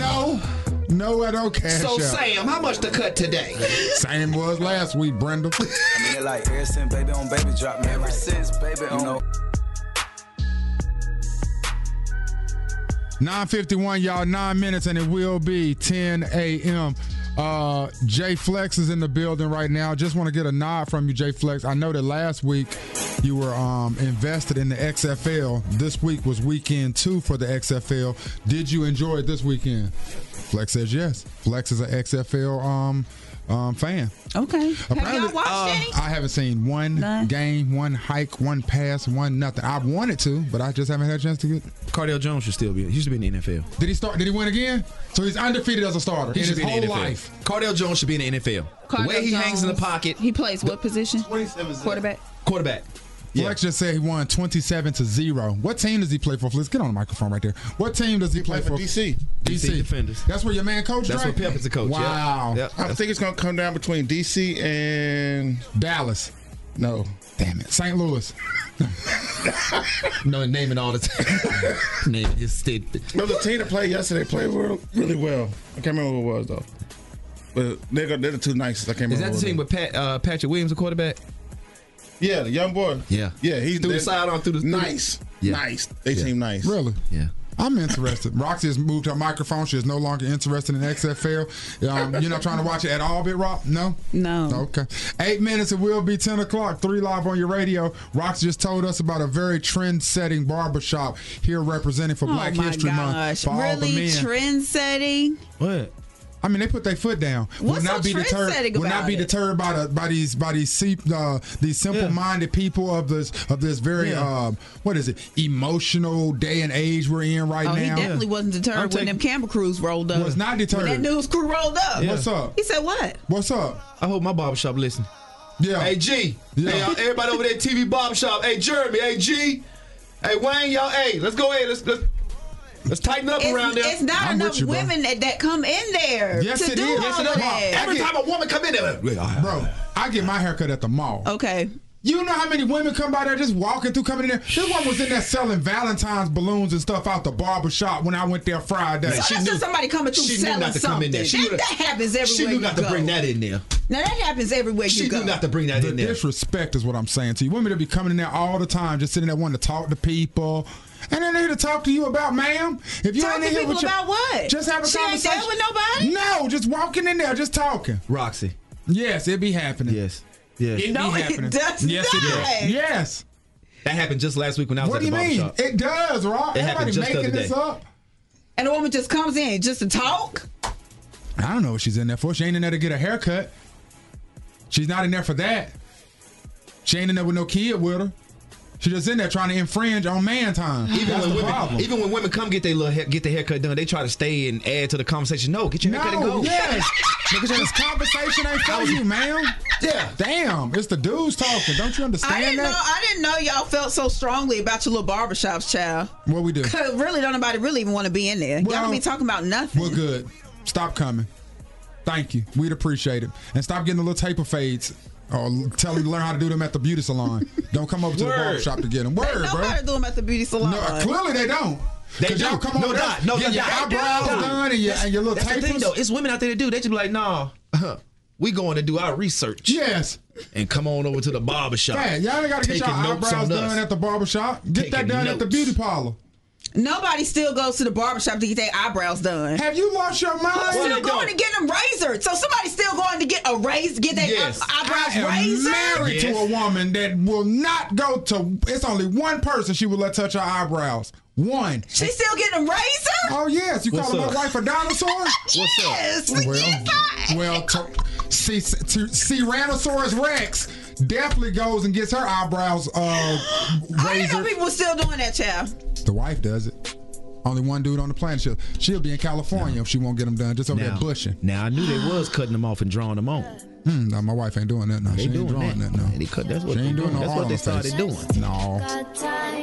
S1: no. No, I don't cash
S4: so
S1: out.
S4: Sam, how much the cut today?
S1: Same was last week, Brenda.
S13: I mean, like, ever since baby on baby drop, man. Ever since baby on.
S1: 951, y'all, nine minutes, and it will be 10 a.m. Uh, Jay Flex is in the building right now. Just want to get a nod from you, Jay Flex. I know that last week you were um, invested in the XFL. This week was weekend two for the XFL. Did you enjoy it this weekend? Flex says yes. Flex is an XFL um, um, fan.
S3: Okay.
S1: Apparently,
S3: y'all watched
S1: uh,
S3: any?
S1: I haven't seen one game, one hike, one pass, one nothing. I wanted to, but I just haven't had a chance to get
S4: Cardell Jones should still be. He should be in the NFL.
S1: did he start? Did he win again? So he's undefeated as a starter in his whole life.
S4: Cardell Jones should be in the NFL. the way he hangs in the pocket,
S3: He plays what position? 27 Quarterback.
S4: quarterback.
S1: Flex just said he won twenty-seven to zero. What team does he play for? Let's get on the microphone right there. What team does he, play, for?
S15: DC.
S1: DC.
S15: Defenders.
S1: That's where your man coach.
S15: That's
S1: right?
S15: where Pep is the coach, yeah.
S1: Wow.
S15: I think it's gonna come down between DC and
S1: Dallas.
S15: No,
S1: damn it, St. Louis.
S4: no, name it all the time. name it. Just stay.
S15: No, the team that played yesterday played real- really well. I can't remember who it was though. But they're, go- they're the two nicest. I can't remember.
S4: Is that the
S15: who it
S4: team with Pat, uh, Patrick Williams, the quarterback?
S15: Yeah, the young boy.
S4: Yeah.
S15: Yeah, he's
S4: Through the
S15: they're-
S4: sidearm, through the-
S15: nice,
S4: Yeah.
S15: nice. They
S4: Yeah.
S15: seem nice.
S1: Really?
S4: Yeah.
S1: I'm interested. Roxy has moved her microphone. She is no longer interested in XFL. Um, you're not trying to watch it at all, Bit Rock? No?
S3: No.
S1: Okay. Eight minutes, it will be 10 o'clock. Three live on your radio. Roxy just told us about a very trend setting barbershop here representing for
S3: oh
S1: Black
S3: my
S1: History
S3: gosh.
S1: Month. For all the
S3: really
S1: men.
S3: trend setting?
S4: What?
S1: I mean, they put their foot down.
S3: What's so trendsetting
S1: deterred. Will not
S3: about
S1: be
S3: it?
S1: deterred by the by these by these se- uh, these simple-minded people of this of this very
S3: Yeah.
S1: um, what is it emotional day and age we're in right
S3: oh,
S1: now.
S3: he definitely wasn't deterred when them camera crews rolled up.
S1: Was not deterred.
S3: When that news crew rolled up.
S1: Yeah. What's up?
S3: He said what?
S1: What's up?
S4: I hope my barbershop listen.
S1: Yeah.
S4: Hey G. Hey, y'all, everybody over there, at TV barbershop. Hey Jeremy. Hey G. Hey Wayne. Y'all. Hey, let's go ahead. Let's let's Let's tighten up
S3: it's,
S4: around there.
S3: it's not enough women that, that come in there
S1: Yes,
S3: to
S1: it
S3: do
S1: is. Yes,
S3: all
S1: it
S3: of
S1: is.
S3: that.
S1: Every time
S4: a woman come in there,
S1: bro, I get my haircut at the mall.
S3: Okay.
S1: You know how many women come by there just walking through, coming in there. This one was in there selling Valentine's balloons and stuff out the barber shop when I went there Friday.
S3: So that's just somebody coming through
S1: she knew
S3: selling
S1: not to
S3: something.
S1: come in there. She
S3: that,
S1: knew to-
S3: that happens everywhere.
S1: she knew
S3: you
S1: not to
S3: go.
S1: bring
S4: that in there.
S3: Now that happens everywhere you go.
S4: bring that
S1: the in there. Disrespect is what I'm saying to you. Women to be coming in there all the time, just sitting there wanting to talk to people. And then they here to talk to you about, ma'am. If you
S3: Talk
S1: ain't
S3: to
S1: in here
S3: people
S1: with your,
S3: about what?
S1: Just have a
S3: She ain't
S1: conversation.
S3: there with nobody?
S1: No, just walking in there, just talking.
S4: Roxy.
S1: Yes, it be happening.
S4: Yes. Yes.
S1: It
S3: No,
S1: be
S3: it
S1: happening.
S3: does
S1: yes, it
S3: not.
S1: does. Yes.
S4: That happened just last week when I was
S1: What
S4: at
S1: do you
S4: the barber
S1: mean?
S4: shop.
S1: It does, Rob.
S4: It
S1: Everybody
S4: happened just the
S1: making
S4: other
S1: this
S4: day.
S1: up.
S3: And a woman just comes in just to talk.
S1: I don't know what she's in there for. She ain't in there to get a haircut. She's not in there for that. She ain't in there with no kid with her. She just in there trying to infringe on man time.
S4: Even
S1: That's
S4: when,
S1: the
S4: women,
S1: problem.
S4: even when women come get their little hair, get their haircut done, they try to stay and add to the conversation. No, get your haircut and
S1: No,
S4: go.
S1: yes. Because this conversation ain't for you, ma'am. Yeah. Damn, it's the dudes talking. Don't you understand
S3: I didn't
S1: that?
S3: know. I didn't know y'all felt so strongly about your little barbershops, child.
S1: What we do?
S3: Cause really, don't nobody really even want to be in there. y'all
S1: Well,
S3: don't be talking about nothing.
S1: We're good. Stop coming. Thank you. We'd appreciate it. And stop getting the little taper fades. Or tell them to learn how to do them at the beauty salon. Don't come over to
S3: Word.
S1: the barber shop to get them.
S3: Ain't
S1: Word, bro.
S3: nobody doing at the beauty salon.
S1: No, clearly they don't.
S4: They
S1: 'Cause
S4: do.
S1: Y'all come
S4: no,
S1: over
S4: dot.
S1: there,
S4: No,
S1: get
S4: dot.
S1: your
S4: They do.
S1: eyebrows
S4: Dot.
S1: done and your,
S4: That's-
S1: and your little
S4: that's the thing,
S1: tapers. Uh-huh.
S4: though. It's women out there that do. They just be like, nah, huh, we going to do our research.
S1: Yes.
S4: And come on over to the barber shop.
S1: Yeah, y'all gotta get
S4: Taking
S1: your
S4: notes
S1: eyebrows
S4: on us.
S1: done at the barber shop. Get that
S4: Taking
S1: done at the
S4: notes.
S1: beauty parlor.
S3: Nobody still goes to the barbershop to get their eyebrows done.
S1: Have you lost your mind?
S3: Who's
S1: Well,
S3: still
S1: they
S3: going
S1: don't.
S3: to get them razored? So somebody's still going to get a raise, get their uh,
S1: Yes.
S3: eyebrows
S1: I am
S3: razored.
S1: married to a woman that will not go to. It's only one person she will let touch her eyebrows. One.
S3: She still getting them razored?
S1: Oh yes, you
S3: What's
S1: calling
S3: up?
S1: my wife a dinosaur? What's
S3: up? Yes, yes,
S1: well, to, see, to, Tyrannosaurus Rex definitely goes and gets her eyebrows uh,
S3: I didn't know
S1: razored.
S3: people still doing that, child.
S1: The wife does it. Only one dude on the planet. She'll, she'll be in California if she won't get them done. Just over
S4: Now,
S1: there bushing.
S4: now I knew they was cutting them off and drawing them on.
S1: Hmm, no, my wife ain't doing that. No,
S4: They
S1: she ain't
S4: doing
S1: drawing
S4: that.
S1: that. No,
S4: They cut. That's
S1: she
S4: what they
S1: ain't
S4: doing.
S1: doing no
S4: That's what
S1: art
S4: they
S1: on her
S4: started
S1: face.
S4: doing.
S1: No.